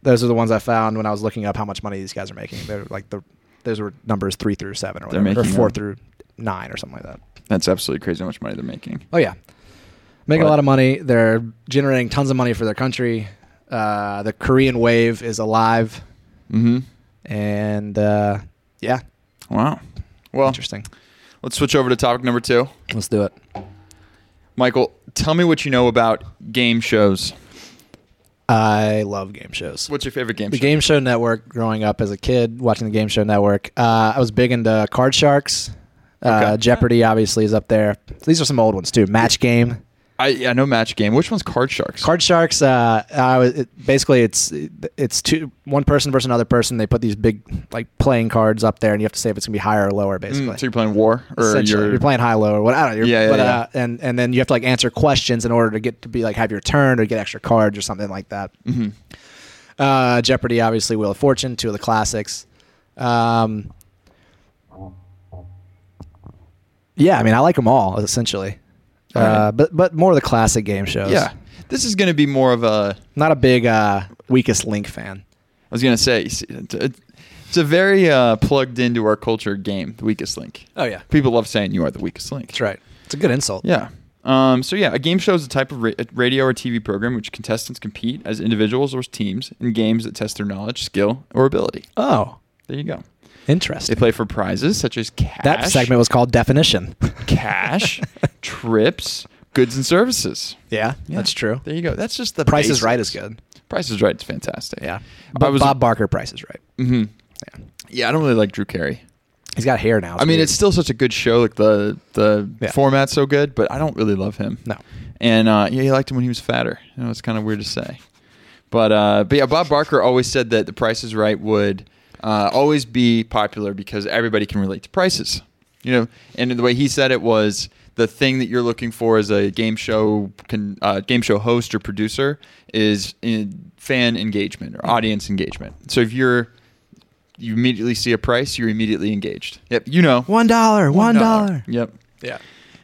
A: those are the ones I found when I was looking up how much money these guys are making. They're like the those were numbers three through seven or
B: They're
A: whatever, or
B: making
A: four
B: them.
A: through nine or something like that.
B: That's absolutely crazy how much money they're making.
A: Oh yeah, making a
B: But-
A: lot of money. They're generating tons of money for their country. Uh, the Korean wave is alive,
B: Mm-hmm.
A: and uh, yeah,
B: Wow. Well,
A: interesting.
B: let's switch over to topic number two.
A: Let's do it.
B: Michael, tell me what you know about game shows.
A: I love game shows.
B: What's your favorite game
A: the
B: show?
A: Game Show Network. Growing up as a kid, watching the Game Show Network, uh, I was big into Card Sharks. Uh,
B: Okay.
A: Jeopardy obviously is up there. These are some old ones too. Match Game,
B: I, I know Match Game. Which one's Card Sharks?
A: Card Sharks. Uh, I was it, basically it's it's two one person versus another person. They put these big like playing cards up there, and you have to say if it's gonna be higher or lower.
B: Mm,
A: Basically,
B: so you're playing War, or
A: Essentially,
B: you're,
A: you're playing high low or what I don't know. You're-
B: Yeah, yeah,
A: but,
B: yeah.
A: Uh, and and then you have to like answer questions in order to get to be like have your turn or get extra cards or something like that.
B: Mhm.
A: Uh, Jeopardy, obviously, Wheel of Fortune, two of the classics. Um, yeah, I mean, I like them all essentially,
B: All right.
A: uh, but but more of the classic game shows.
B: Yeah, this is going to be more of a.
A: not a big uh, weakest link fan.
B: I was going to say, you see, it- it- It's a very uh, plugged into our culture game, the weakest link.
A: Oh yeah,
B: People love saying you are the weakest link.
A: that's right. It's a good insult.
B: Yeah. Um, so yeah, a game show is a type of ra- radio or TV program which contestants compete as individuals or teams in games that test their knowledge, skill, or ability.
A: Oh,
B: There you go. They
A: interesting.
B: play for prizes such as cash,
A: that segment was called definition.
B: cash, trips, goods and services.
A: yeah,
B: Yeah.
A: that's true.
B: There you go. That's just the
A: Price is
B: basics.
A: Right is good.
B: Price is Right. It's fantastic.
A: Yeah,
B: I
A: but
B: was-
A: Bob Barker Price is Right.
B: Mhm.
A: Yeah.
B: Yeah, I don't really like Drew Carey.
A: He's got hair now.
B: I mean,
A: weird.
B: it's still such a good show. Like the the
A: Yeah.
B: format's so good, but I don't really love him.
A: No.
B: And uh, yeah, he liked him when he was fatter. You know, it's kind of weird to say. But uh, but yeah, Bob Barker always said that The Price is Right would uh, always be popular because everybody can relate to prices. You know, and the way he said it was the thing that you're looking for as a game show con, uh, game show host or producer is in fan engagement or audience engagement. So if you're you immediately see a price, you're immediately engaged. Yep, you know.
A: one dollar, one dollar.
B: Yep.
A: Yeah.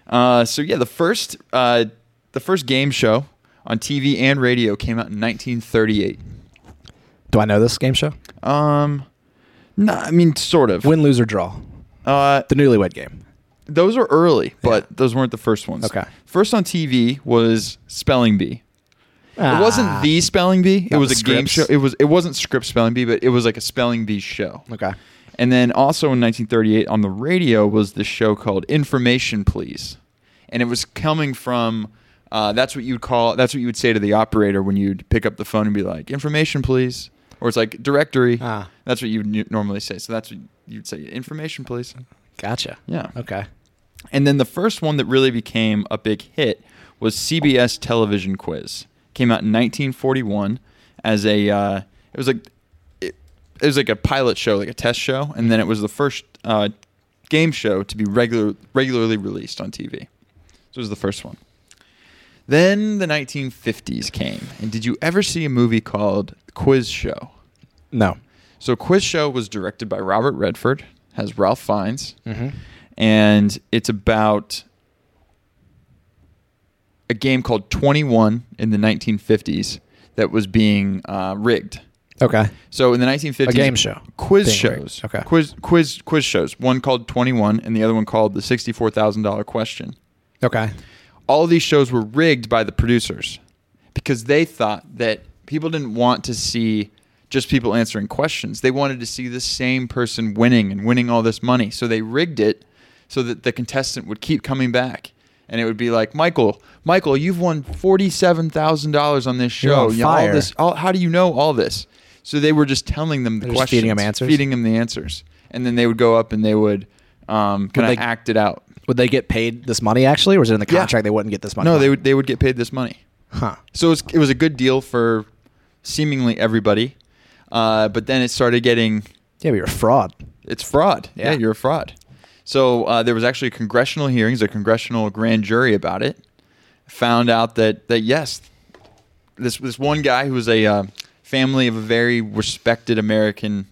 B: Uh, so yeah, the first uh, the first game show on TV and radio came out in 1938.
A: Do I know this game show?
B: Um, no, I mean sort of.
A: Win, lose, or draw.
B: uh,
A: The newlywed game.
B: those were early, but those weren't the first ones.
A: Okay.
B: First on TV was Spelling Bee.
A: Ah.
B: It wasn't the spelling bee. It
A: Not
B: was
A: the
B: a game show.
A: scripts.
B: It was it wasn't script spelling bee, but it was like a spelling bee show.
A: Okay.
B: And then also in 1938 on the radio was this show called Information Please, and it was coming from. Uh, that's what you'd call. That's what you would say to the operator when you'd pick up the phone and be like, "Information, please," or it's like directory.
A: Ah.
B: That's what you would nu- normally say. So that's what you'd say, "Information, please."
A: Gotcha.
B: Yeah.
A: Okay.
B: And then the first one that really became a big hit was CBS Television Quiz. Came out in 1941 as a uh, it was like it, it was like a pilot show, like a test show, and then it was the first uh, game show to be regular regularly released on TV. So it was the first one. Then the 1950s came, and did you ever see a movie called Quiz Show?
A: No.
B: So Quiz Show was directed by Robert Redford, has Ralph Fiennes,
A: Mm-hmm.
B: and it's about a game called 21 in the 1950s that was being uh, rigged.
A: Okay.
B: So in the 1950s,
A: A game show
B: quiz
A: being
B: shows,
A: rigged. Okay.
B: quiz quiz quiz shows. One called 21, and the other one called the $64,000 question
A: Okay.
B: all these shows were rigged by the producers because they thought that people didn't want to see just people answering questions. They wanted to see the same person winning and winning all this money. So they rigged it so that the contestant would keep coming back. And it would be like, Michael, Michael, you've won forty-seven thousand dollars on this
A: You're
B: show.
A: on
B: You know, all
A: fire.
B: this- all- how do you know all this? So they were just telling them the
A: They're just
B: questions,
A: feeding 'em answers?
B: feeding them the answers, and then they would go up and they would um, kind
A: they-
B: of act it out.
A: Would they get paid this money actually, or is it in the
B: Yeah.
A: contract they wouldn't get this money?
B: No, they would they would get paid this money.
A: Huh.
B: So it was, it was a good deal for seemingly everybody, uh, but then it started getting
A: Yeah, but you're a fraud.
B: it's fraud. Yeah,
A: Yeah.
B: you're a fraud. So uh, there was actually congressional hearings, a congressional grand jury about it. Found out that that yes, this this one guy who was a uh, family of a very respected American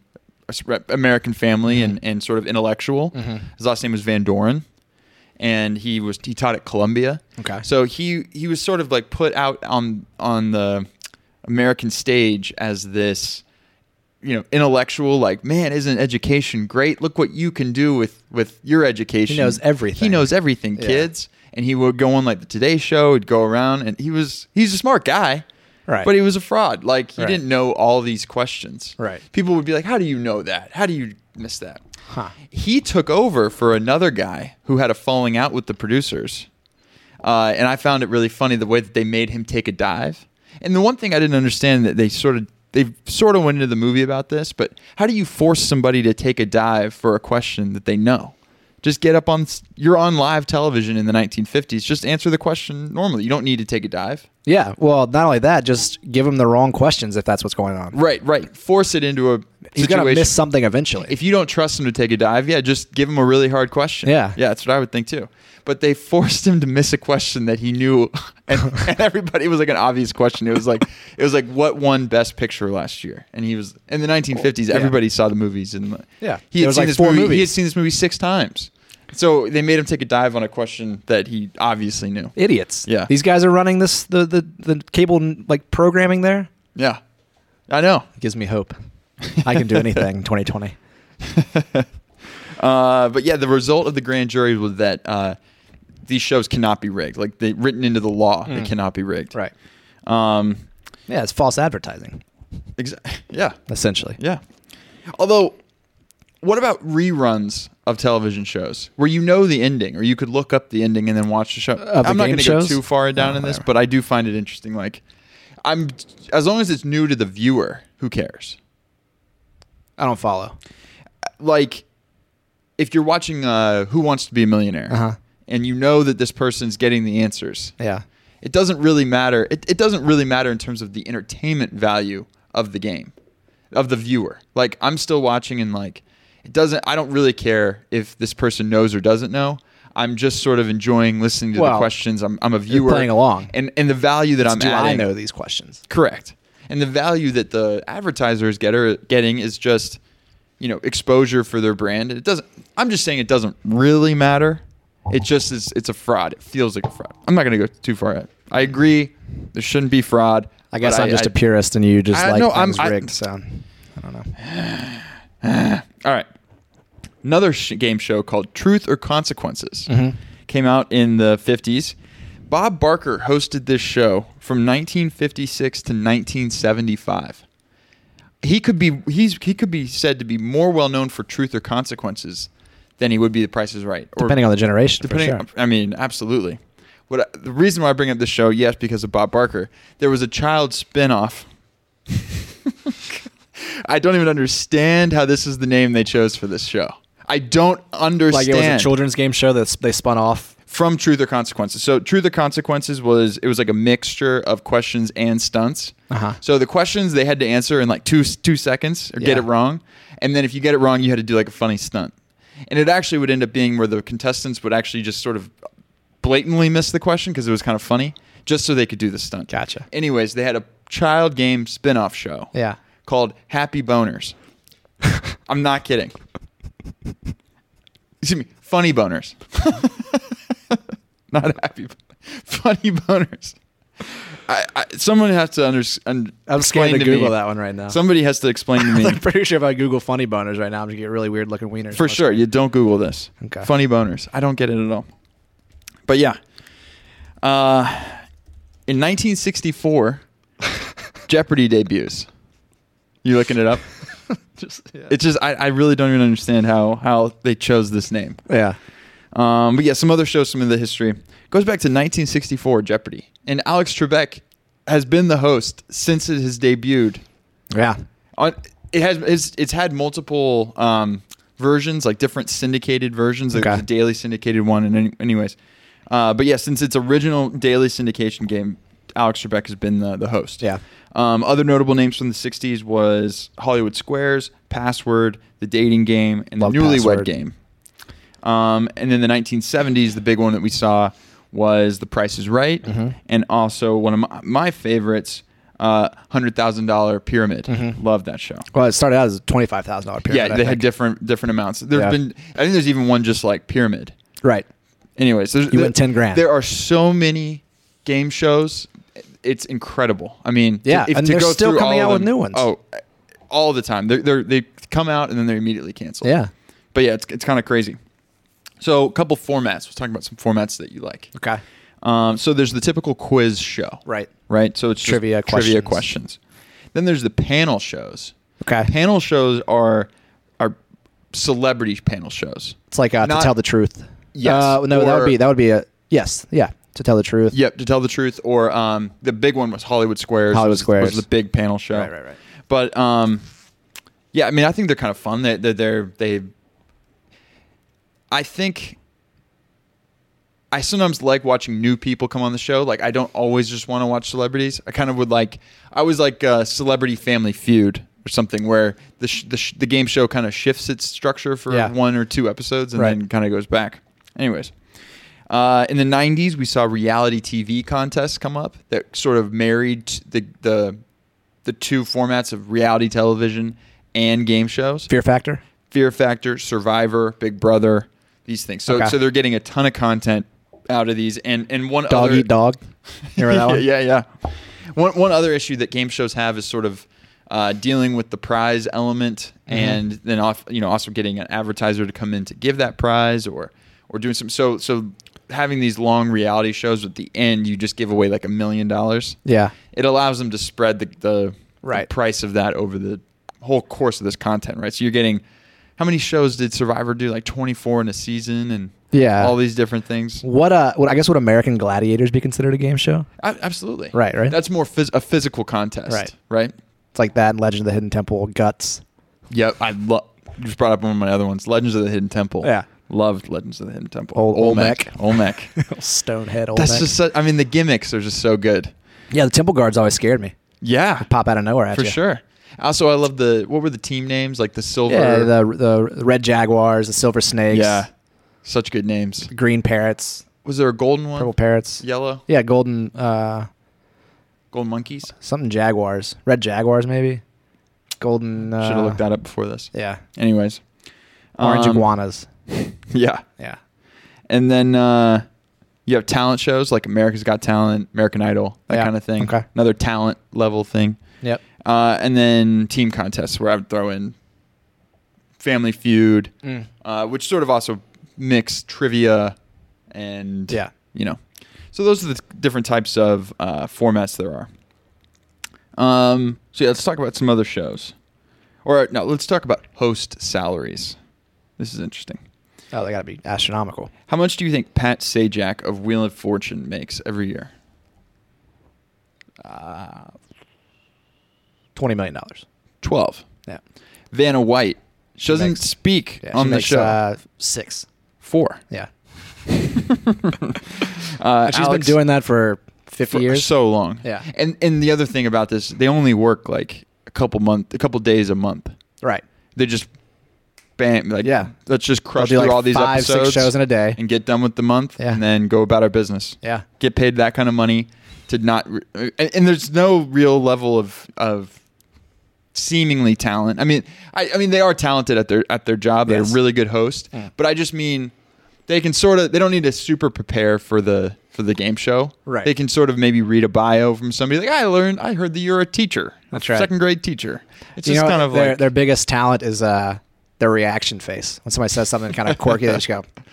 B: American family
A: Mm-hmm.
B: and, and sort of intellectual. His last name was Van Doren, and he was he taught at Columbia.
A: Okay.
B: so he he was sort of like put out on on the American stage as this you know intellectual like man isn't education great look what you can do with with your education
A: He knows everything.
B: he knows everything kids and he would go on like the today show he'd go around and he was he's a smart guy
A: Right.
B: but he was a fraud like he
A: Right.
B: didn't know all these questions
A: Right.
B: people would be like how do you know that how do you miss that
A: Huh.
B: he took over for another guy who had a falling out with the producers uh, and I found it really funny the way that they made him take a dive. And the one thing I didn't understand that they sort of they sort of went into the movie about this, but how do you force somebody to take a dive for a question that they know? Just get up on s- you're on live television in the 1950s. Just answer the question normally. You don't need to take a dive.
A: Yeah. Well, not only that, just give him the wrong questions if that's what's going on.
B: Right, right. Force it into a
A: He's
B: situation.
A: gonna miss something eventually.
B: if you don't trust him to take a dive, yeah, just give him a really hard question.
A: Yeah.
B: Yeah, that's what I would think too. But they forced him to miss a question that he knew and, and everybody it was like an obvious question. It was like it was like what won best picture last year? And he was in the nineteen fifties,
A: Oh, Yeah.
B: everybody saw the movies and like,
A: Yeah.
B: He
A: There
B: had
A: was
B: seen
A: like
B: this
A: four
B: movie he had
A: movies.
B: seen this movie six times. So they made him take a dive on a question that he obviously knew.
A: Idiots.
B: Yeah.
A: These guys are running this the the the cable like programming there.
B: Yeah. I know.
A: It gives me hope. I can do anything. in 2020.
B: Uh, but yeah, the result of the grand jury was that uh, these shows cannot be rigged. Like they written into the law, they cannot be rigged.
A: Mm. Right.
B: Um,
A: Yeah, it's false advertising,
B: exa- yeah.
A: essentially.
B: Yeah. Although, what about reruns of television shows where you know the ending, or you could look up the ending and then watch the show?
A: the
B: I'm not
A: game
B: gonna
A: shows? Oh,
B: go too far down in this,
A: whatever.
B: but I do find it interesting. Like, I'm as long as it's new to the viewer, who cares?
A: I don't follow.
B: Like, if you're watching uh, Who Wants to Be a Millionaire,
A: Uh-huh.
B: and you know that this person's getting the answers,
A: Yeah.
B: it doesn't really matter. It, it doesn't really matter in terms of the entertainment value of the game, of the viewer. Like I'm still watching, and like it doesn't. I don't really care if this person knows or doesn't know. I'm just sort of enjoying listening to
A: Well,
B: the questions. I'm, I'm a viewer
A: playing along.
B: and Um, and the value that I'm
A: Do
B: adding.
A: I know these questions?
B: Correct. And the value that the advertisers get are getting is just, you know, exposure for their brand. It doesn't. I'm just saying it doesn't really matter. It just is. It's a fraud. It feels like a fraud. I'm not going to go too far. At. I agree. There shouldn't be fraud.
A: I guess
B: but
A: I'm just
B: I-
A: a purist, and you just
B: I-
A: like
B: no, I'm-
A: things
B: I-
A: rigged. so I don't know.
B: All right. Another sh- game show called Truth or Consequences came out in the 50s. Bob Barker hosted this show from 1956 to 1975. He could be he's he could be said to be more well known for Truth or Consequences than he would be The Price is Right. Or
A: Depending on the generation, for sure.
B: depending, I mean, absolutely. What I- the reason why I bring up this show? Yes, because of Bob Barker. There was a child spin-off. I don't even understand how this is the name they chose for this show. I don't
A: Like
B: understand.
A: it was a children's game show that they spun off.
B: from Truth or Consequences. So Truth or Consequences was it was like a mixture of questions and stunts.
A: Uh-huh.
B: So the questions they had to answer in like two two seconds or get
A: Yeah.
B: it wrong, and then if you get it wrong, you had to do like a funny stunt, and it actually would end up being where the contestants would actually just sort of blatantly miss the question because it was kind of funny, just so they could do the stunt.
A: Gotcha.
B: Anyways, they had a child game spin off show.
A: Yeah.
B: Called Happy Boners. I'm not kidding. Excuse me, funny boners. not happy, Bon- funny boners. I, I, someone has to understand.
A: I'm scared to Google that one right now.
B: Somebody has to explain to me
A: I'm pretty sure if I Google funny boners right now, I'm gonna get really weird looking wieners.
B: for sure. You don't Google this.
A: Okay.
B: Funny boners. I don't get it at all. But yeah, uh, in 1964, Jeopardy debuts. You looking it up?
A: Just- yeah.
B: It's just I, I really don't even understand how how they chose this name.
A: yeah.
B: Um, but yeah, some other shows, some of the history goes back to 1964 Jeopardy, and Alex Trebek has been the host since it has debuted.
A: Yeah.
B: On it has it's, it's had multiple um, versions, like different syndicated versions. There's
A: Okay.
B: a daily syndicated one, and any, anyways, uh, but yeah, since its original daily syndication game, Alex Trebek has been the, the host.
A: Yeah.
B: Um, other notable names from the '60s was Hollywood Squares, Password, The Dating Game, and
A: Love
B: The Newlywed
A: Password.
B: Game. Um, and then the 1970s, the big one that we saw was The Price is Right,
A: Mm-hmm.
B: and also one of my, my favorites, uh, $100,000 Pyramid.
A: Mm-hmm.
B: Love that show.
A: Well, it started out as a twenty-five thousand dollar pyramid.
B: yeah,
A: I
B: they had
A: think.
B: different different amounts. There's
A: Yeah.
B: been, I think there's even one just like Pyramid.
A: right.
B: Anyways, there's,
A: You went 10 grand.
B: There are so many game shows. It's incredible. I mean, to-
A: Yeah, and they're still
B: through
A: coming
B: all
A: out
B: of
A: with new ones.
B: Oh, all the time. They're, they're, they come out and then they're immediately canceled.
A: Yeah.
B: But yeah, it's, it's kind of crazy. So, a couple formats. Let's talk about some formats that you like.
A: Okay.
B: Um, so, there's the typical quiz show.
A: Right.
B: Right. So, it's just
A: Trivia
B: trivia
A: questions.
B: questions. Then there's the panel shows.
A: Okay.
B: Panel shows are are celebrity panel shows.
A: It's like uh,
B: Not-
A: to tell the truth.
B: Yes,
A: Uh, no, that
B: or-
A: would be that would be a yes. Yeah. To tell the truth.
B: Yep, to tell the truth, or um, the big one was Hollywood Squares.
A: Hollywood
B: was-
A: Squares.
B: was the big panel show.
A: Right, right, right.
B: But um, yeah, I mean, I think they're kind of fun. They, they're, they're they. I think. I sometimes like watching new people come on the show. Like, I don't always just want to watch celebrities. I kind of would like. I was like uh Celebrity Family Feud or something, where the sh- the, sh- the game show kind of shifts its structure for
A: Yeah.
B: one or two episodes and
A: Right.
B: then kind of goes back. Anyways, uh, in the 90s, we saw reality TV contests come up that sort of married the, the, the two formats of reality television and game shows Fear,
A: Fear factor.
B: Factor, Survivor, Big Brother, these things. So,
A: Okay.
B: so they're getting a ton of content out of these. And, and one
A: Dog
B: other,
A: eat dog. You Remember that one?
B: yeah, yeah, yeah. One one other issue that game shows have is sort of uh, dealing with the prize element,
A: Mm-hmm.
B: and then off, you know, also getting an advertiser to come in to give that prize, or or doing some so so having these long reality shows at the end, you just give away like a million dollars.
A: Yeah.
B: it allows them to spread the the,
A: Right.
B: the price of that over the whole course of this content, right? So you're getting how many shows did Survivor do? Like 24 in a season, and
A: Yeah.
B: all these different things.
A: What uh? What I guess would American Gladiators be considered a game show?
B: A- absolutely.
A: Right, right.
B: That's more phys- a physical contest.
A: Right.
B: Right.
A: It's like that, and Legend of the Hidden Temple, Guts.
B: Yep. I love. You just brought up one of my other ones, Legends of the Hidden Temple.
A: Yeah.
B: Loved Legends of the Hidden Temple.
A: Old Olmec.
B: Olmec.
A: Stonehead. Old
B: That's just. uh, su I mean, the gimmicks are just so good.
A: yeah. The Temple Guards always scared me.
B: Yeah.
A: Pop out of nowhere at
B: for
A: ya.
B: sure. Also, I love the what were the team names like the Silver.
A: Yeah, the the red jaguars, the silver snakes,
B: Yeah. Such good names.
A: green parrots,
B: Was there a golden one?
A: purple parrots.
B: Yellow.
A: Yeah, golden uh
B: Golden monkeys.
A: something jaguars, red jaguars maybe. Golden uh,
B: Should have looked that up before this.
A: Yeah.
B: Anyways.
A: Orange
B: Um,
A: iguanas.
B: Yeah.
A: Yeah.
B: And then uh, you have talent shows like America's Got Talent, American Idol, that
A: Yeah.
B: kind of thing.
A: Okay.
B: Another talent level thing.
A: Yep.
B: Uh, and then team contests where I would throw in Family Feud,
A: Mm.
B: uh, which sort of also mix trivia and,
A: Yeah.
B: you know. So those are the different types of uh, formats there are. Um, so yeah, let's talk about some other shows. Or no, let's talk about host salaries. This is interesting.
A: Oh, they got to be astronomical.
B: How much do you think Pat Sajak of Wheel of Fortune makes every year? Uh,
A: 20 million dollars.
B: Twelve.
A: Yeah.
B: Vanna White. She doesn't
A: makes-
B: speak
A: yeah she
B: on the
A: makes,
B: show.
A: uh, 6.
B: Four.
A: Yeah.
B: Uh,
A: She's
B: Alex-
A: been doing that for 50
B: for
A: years.
B: so long.
A: Yeah.
B: And and the other thing about this, they only work like a couple month, a couple days a month.
A: right.
B: They just bam, like
A: Yeah.
B: Let's just crush
A: They'll
B: through
A: do, like,
B: all these
A: five, six
B: episodes,
A: shows in a day.
B: and get done with the month,
A: Yeah.
B: and then go about our business.
A: Yeah.
B: Get paid that kind of money to not, re- and, and there's no real level of of seemingly talent. I mean, I, I mean they are talented at their at their job. They're
A: Yes.
B: really good host, but I just mean they can sort of they don't need to super prepare for the for the game show.
A: Right.
B: They can sort of maybe read a bio from somebody like I learned I heard that you're a teacher,
A: That's
B: a
A: right.
B: second grade teacher. It's
A: you
B: just
A: know,
B: kind of
A: their,
B: like
A: their biggest talent is uh their reaction face. When somebody says something kind of quirky, they just go,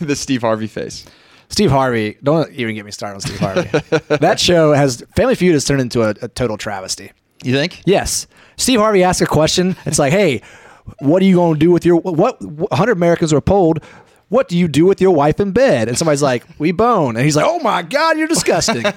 B: the Steve Harvey face.
A: Steve Harvey, don't even get me started on Steve Harvey. that show has Family Feud has turned into a, a total travesty.
B: You think?
A: Yes, Steve Harvey asked a question. It's like, hey, what are you going to do with your what? Hundred Americans were polled. What do you do with your wife in bed? And somebody's like, we bone, and he's like, oh my god, you're disgusting. like,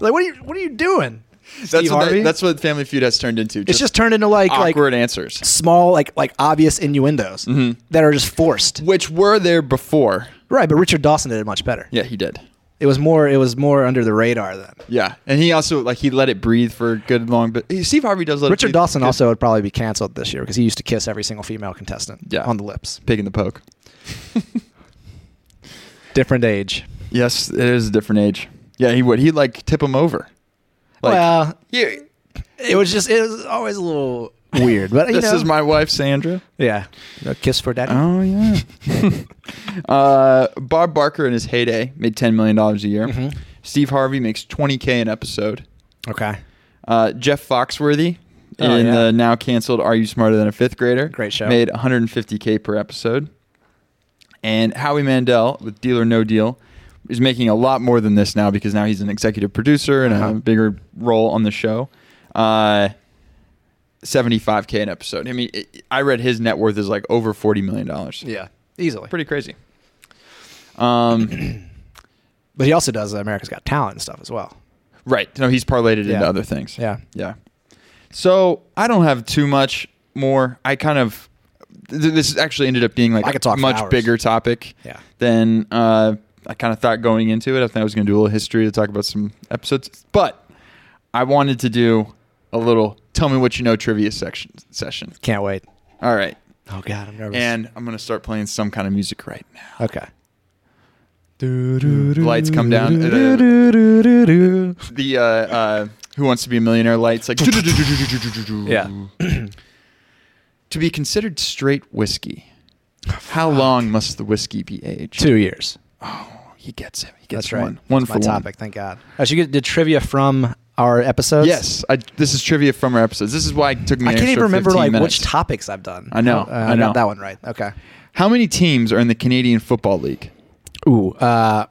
A: what are you what are you doing?
B: That's
A: Steve
B: what,
A: Harvey.
B: they, that's what Family Feud has turned into. Just
A: it's just turned into like like
B: awkward Mm-hmm. answers,
A: small like like obvious innuendos that are just forced.
B: which were there before.
A: Right, but Richard Dawson did it much better.
B: Yeah, he did.
A: It was more it was more under the radar then.
B: Yeah, and he also like he let it breathe for a good long. But Steve Harvey does let it
A: Richard
B: breathe.
A: Dawson
B: Good.
A: also would probably be canceled this year because he used to kiss every single female contestant
B: Yeah.
A: on the lips.
B: pig in the poke.
A: Different age.
B: Yes, it is a different age. Yeah, he would. He'd like tip him over. Like,
A: well,
B: you-
A: it was just it was always a little weird, but you
B: this
A: know,
B: is my wife, Sandra.
A: yeah. No kiss for daddy.
B: Oh yeah. uh, Bob Barker in his heyday made ten million dollars a year. Steve Harvey makes twenty k an episode.
A: Okay,
B: Uh, Jeff Foxworthy
A: Oh,
B: in
A: yeah.
B: the now canceled "Are You Smarter Than a Fifth Grader?"
A: Great show.
B: Made 150k per episode. And Howie Mandel with Deal or No Deal is making a lot more than this now because now he's an executive producer and
A: Uh-huh.
B: a bigger role on the show. Uh, 75k an episode. I mean, it, I read his net worth is like over 40 million dollars.
A: yeah, easily.
B: pretty crazy. Um,
A: But he also does uh, America's Got Talent and stuff as well.
B: right? No, he's parlayed it
A: Yeah.
B: into other things.
A: Yeah,
B: Yeah. So I don't have too much more. I kind of th- this actually ended up being like
A: I could talk
B: a
A: for
B: much
A: hours.
B: bigger topic
A: Yeah.
B: than uh, I kind of thought going into it. I think I was going to do a little history to talk about some episodes, but I wanted to do a little tell me what you know trivia section session.
A: can't wait.
B: All right,
A: Oh God, I'm nervous.
B: and I'm going to start playing some kind of music right now.
A: okay,
B: Lights come down. The uh, uh, Who Wants to Be a Millionaire lights like.
A: yeah,
B: To be considered straight whiskey, how long must the whiskey be aged?
A: two years.
B: He gets it. He gets
A: That's right.
B: one. One
A: That's
B: for
A: my
B: one.
A: Oh, topic. Thank God. I should get did trivia from our episodes?
B: Yes, I, this is trivia from our episodes. This is why it took me.
A: I
B: an
A: can't even
B: extra
A: remember
B: 15
A: like
B: minutes.
A: which topics I've done.
B: I know,
A: Uh,
B: I
A: got
B: know.
A: that one right. Okay.
B: How many teams are in the Canadian Football League?
A: Ooh. Uh,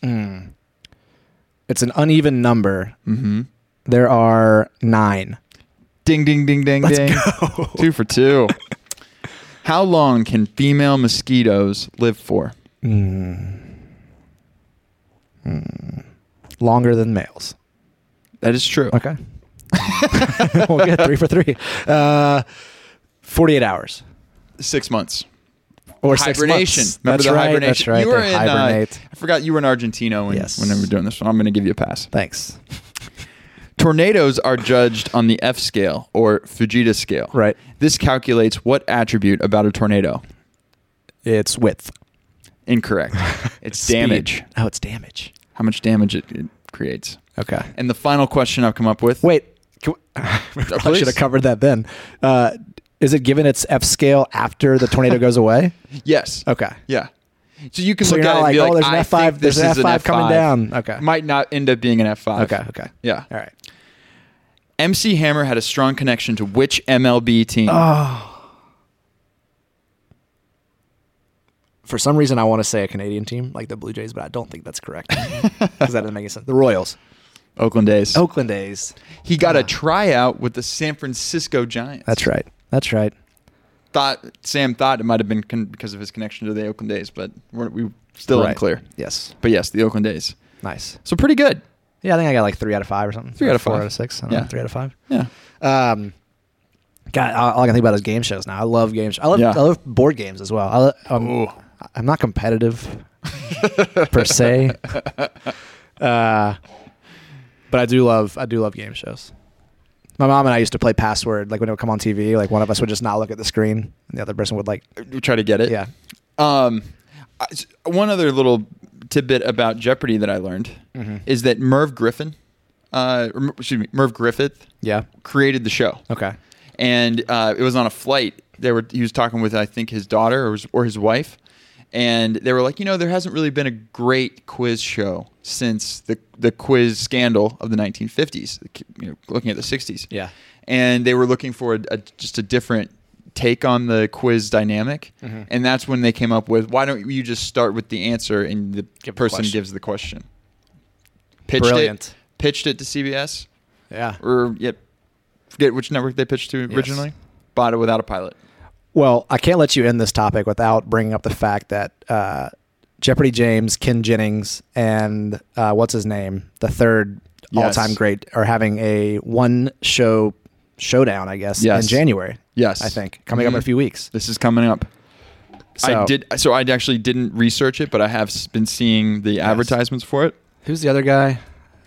A: mm. It's an uneven number.
B: Mm-hmm.
A: There are nine.
B: Ding, ding, ding, ding,
A: Let's
B: ding.
A: go.
B: Two for two. How long can female mosquitoes live for?
A: Longer than males.
B: That is true.
A: Okay. we'll get three for three. Uh, 48 hours
B: Six months.
A: or six
B: hibernation.
A: months.
B: Remember
A: that's
B: the
A: right,
B: hibernation?
A: That's right.
B: You were
A: they
B: in. uh,
A: hibernate.
B: I forgot you were in Argentina when,
A: Yes.
B: when we were doing this. one. I'm going to give you a pass.
A: Thanks.
B: Tornadoes are judged on the F scale or Fujita scale.
A: Right.
B: This calculates what attribute about a tornado?
A: It's width.
B: Incorrect. It's
A: Speed.
B: damage.
A: Oh, it's damage.
B: How much damage it, it creates.
A: Okay.
B: And the final question I've come up with.
A: Wait. Can we- I
B: please.
A: should have covered that then. Uh, is it given its F scale after the tornado goes away?
B: Yes.
A: Okay.
B: Yeah. So you can
A: So
B: look
A: you're
B: at
A: not
B: it and be
A: like,
B: like,
A: "Oh, there's an
B: I
A: F5
B: think this
A: there's
B: is
A: an F5 coming
B: F5.
A: down. Okay.
B: Might not end up being an F5.
A: Okay. Okay.
B: Yeah.
A: All right.
B: MC Hammer had a strong connection to which MLB team?
A: Oh, For some reason, I want to say a Canadian team like the Blue Jays, but I don't think that's correct because that doesn't make any sense. The Royals,
B: Oakland A's.
A: Oakland A's.
B: He got a tryout with the San Francisco Giants.
A: That's right. That's right.
B: Thought Sam thought it might have been con- because of his connection to the Oakland A's, but we're, we still
A: Right.
B: unclear.
A: Yes.
B: But yes, the Oakland A's.
A: Nice.
B: So pretty good.
A: Yeah, I think I got like three out of five or something.
B: Three
A: Or
B: out of
A: four
B: five.
A: out of six. I don't
B: Yeah.
A: know, three out of five.
B: Yeah.
A: Um, God, all, all I can think about is game shows now. I love game shows. I love
B: Yeah.
A: I love board games as well. I, lo-
B: Ooh.
A: um, I'm not competitive per se, uh, but I do love I do love game shows. My mom and I used to play password. Like when it would come on TV, like one of us would just not look at the screen, and the other person would like,
B: We try to get it.
A: yeah,
B: Um, I- s- one other little tidbit about Jeopardy that I learned
A: Mm-hmm.
B: is that Merv Griffin, uh, or, M- excuse me, Merv Griffith
A: yeah,
B: created the show,
A: okay,
B: and uh, it was on a flight. They were he was talking with I think his daughter or his, or his wife, and they were like, you know, there hasn't really been a great quiz show since the the quiz scandal of the 1950s. You know, looking at the 60s,
A: Yeah.
B: and they were looking for a, a, just a different take on the quiz dynamic
A: Mm-hmm.
B: and that's when they came up with why don't you just start with the answer and the
A: Give the
B: person
A: question.
B: gives the question pitched
A: Brilliant.
B: it pitched it to cbs
A: yeah.
B: or yet forget which network they pitched to originally bought it without a pilot
A: Well, I can't let you end this topic without bringing up the fact that uh, Jeopardy James, Ken Jennings, and uh, what's his name, the third
B: Yes.
A: all-time great, are having a one-show showdown, I guess,
B: Yes.
A: in January.
B: Yes.
A: I think coming up in a
B: Mhm.
A: few weeks.
B: this is coming up i
A: So-
B: did so i actually didn't research it but i have s- been seeing the advertisements for it
A: Who's the other guy?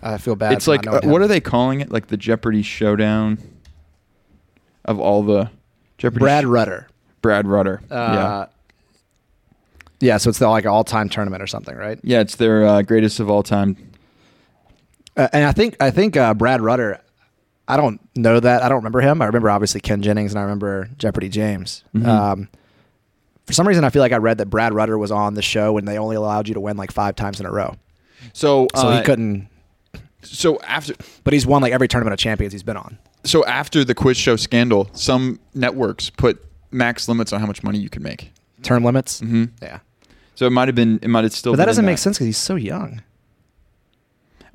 A: I feel bad.
B: it's like uh, what are they calling it like the jeopardy showdown of all the jeopardy
A: Brad
B: sh-
A: Rutter.
B: brad rudder
A: Uh,
B: yeah
A: yeah. So it's the, like an all-time tournament or something, right?
B: yeah it's their uh, greatest of all time
A: Uh, and I think I think uh, Brad Rutter. I don't know that. I don't remember him. I remember obviously Ken Jennings, and I remember Jeopardy James. Um, for some reason, I feel like I read that Brad Rutter was on the show when they only allowed you to win like five times in a row,
B: so
A: so
B: uh,
A: he couldn't.
B: so after
A: But he's won like every tournament of champions he's been on.
B: so after the quiz show scandal some networks put max limits on how much money you can make
A: Term limits. Mm-hmm. Yeah,
B: so it might have been it might have still
A: but that
B: been in
A: doesn't make sense because he's so young.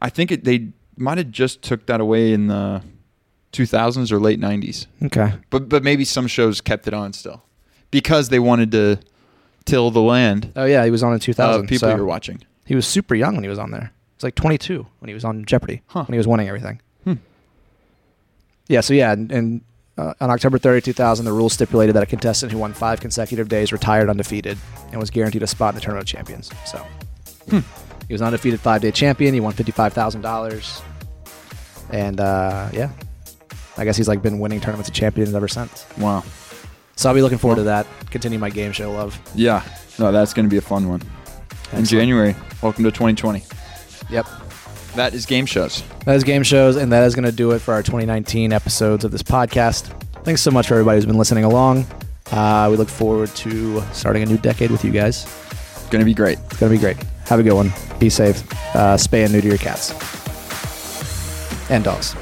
B: i think it, they might have just took that away in the 2000s or late 90s
A: Okay.
B: but but maybe some shows kept it on still because they wanted to till the land
A: Oh yeah, he was on in
B: of
A: 2000.
B: Uh, people
A: so
B: you're watching
A: He was super young when he was on there. He was like 22 when he was on Jeopardy
B: Huh.
A: when he was winning everything. Yeah, so yeah, and, and uh, on October 30, 2000, the rules stipulated that a contestant who won five consecutive days retired undefeated and was guaranteed a spot in the tournament of champions. So he was an undefeated five day champion. He won $55,000. And uh, yeah, I guess he's like been winning tournaments of champions ever since.
B: wow
A: So I'll be looking forward to that. Continue my game show love.
B: yeah no that's going to be a fun one in
A: Excellent.
B: january welcome to 2020
A: Yep.
B: that is game shows
A: That is game shows, and that is going to do it for our 2019 episodes of this podcast. Thanks so much for everybody who's been listening along. Uh, we look forward to starting a new decade with you guys.
B: it's going to be great
A: It's going to be great. Have a good one. Be safe. Uh, spay and neuter your cats. and dogs.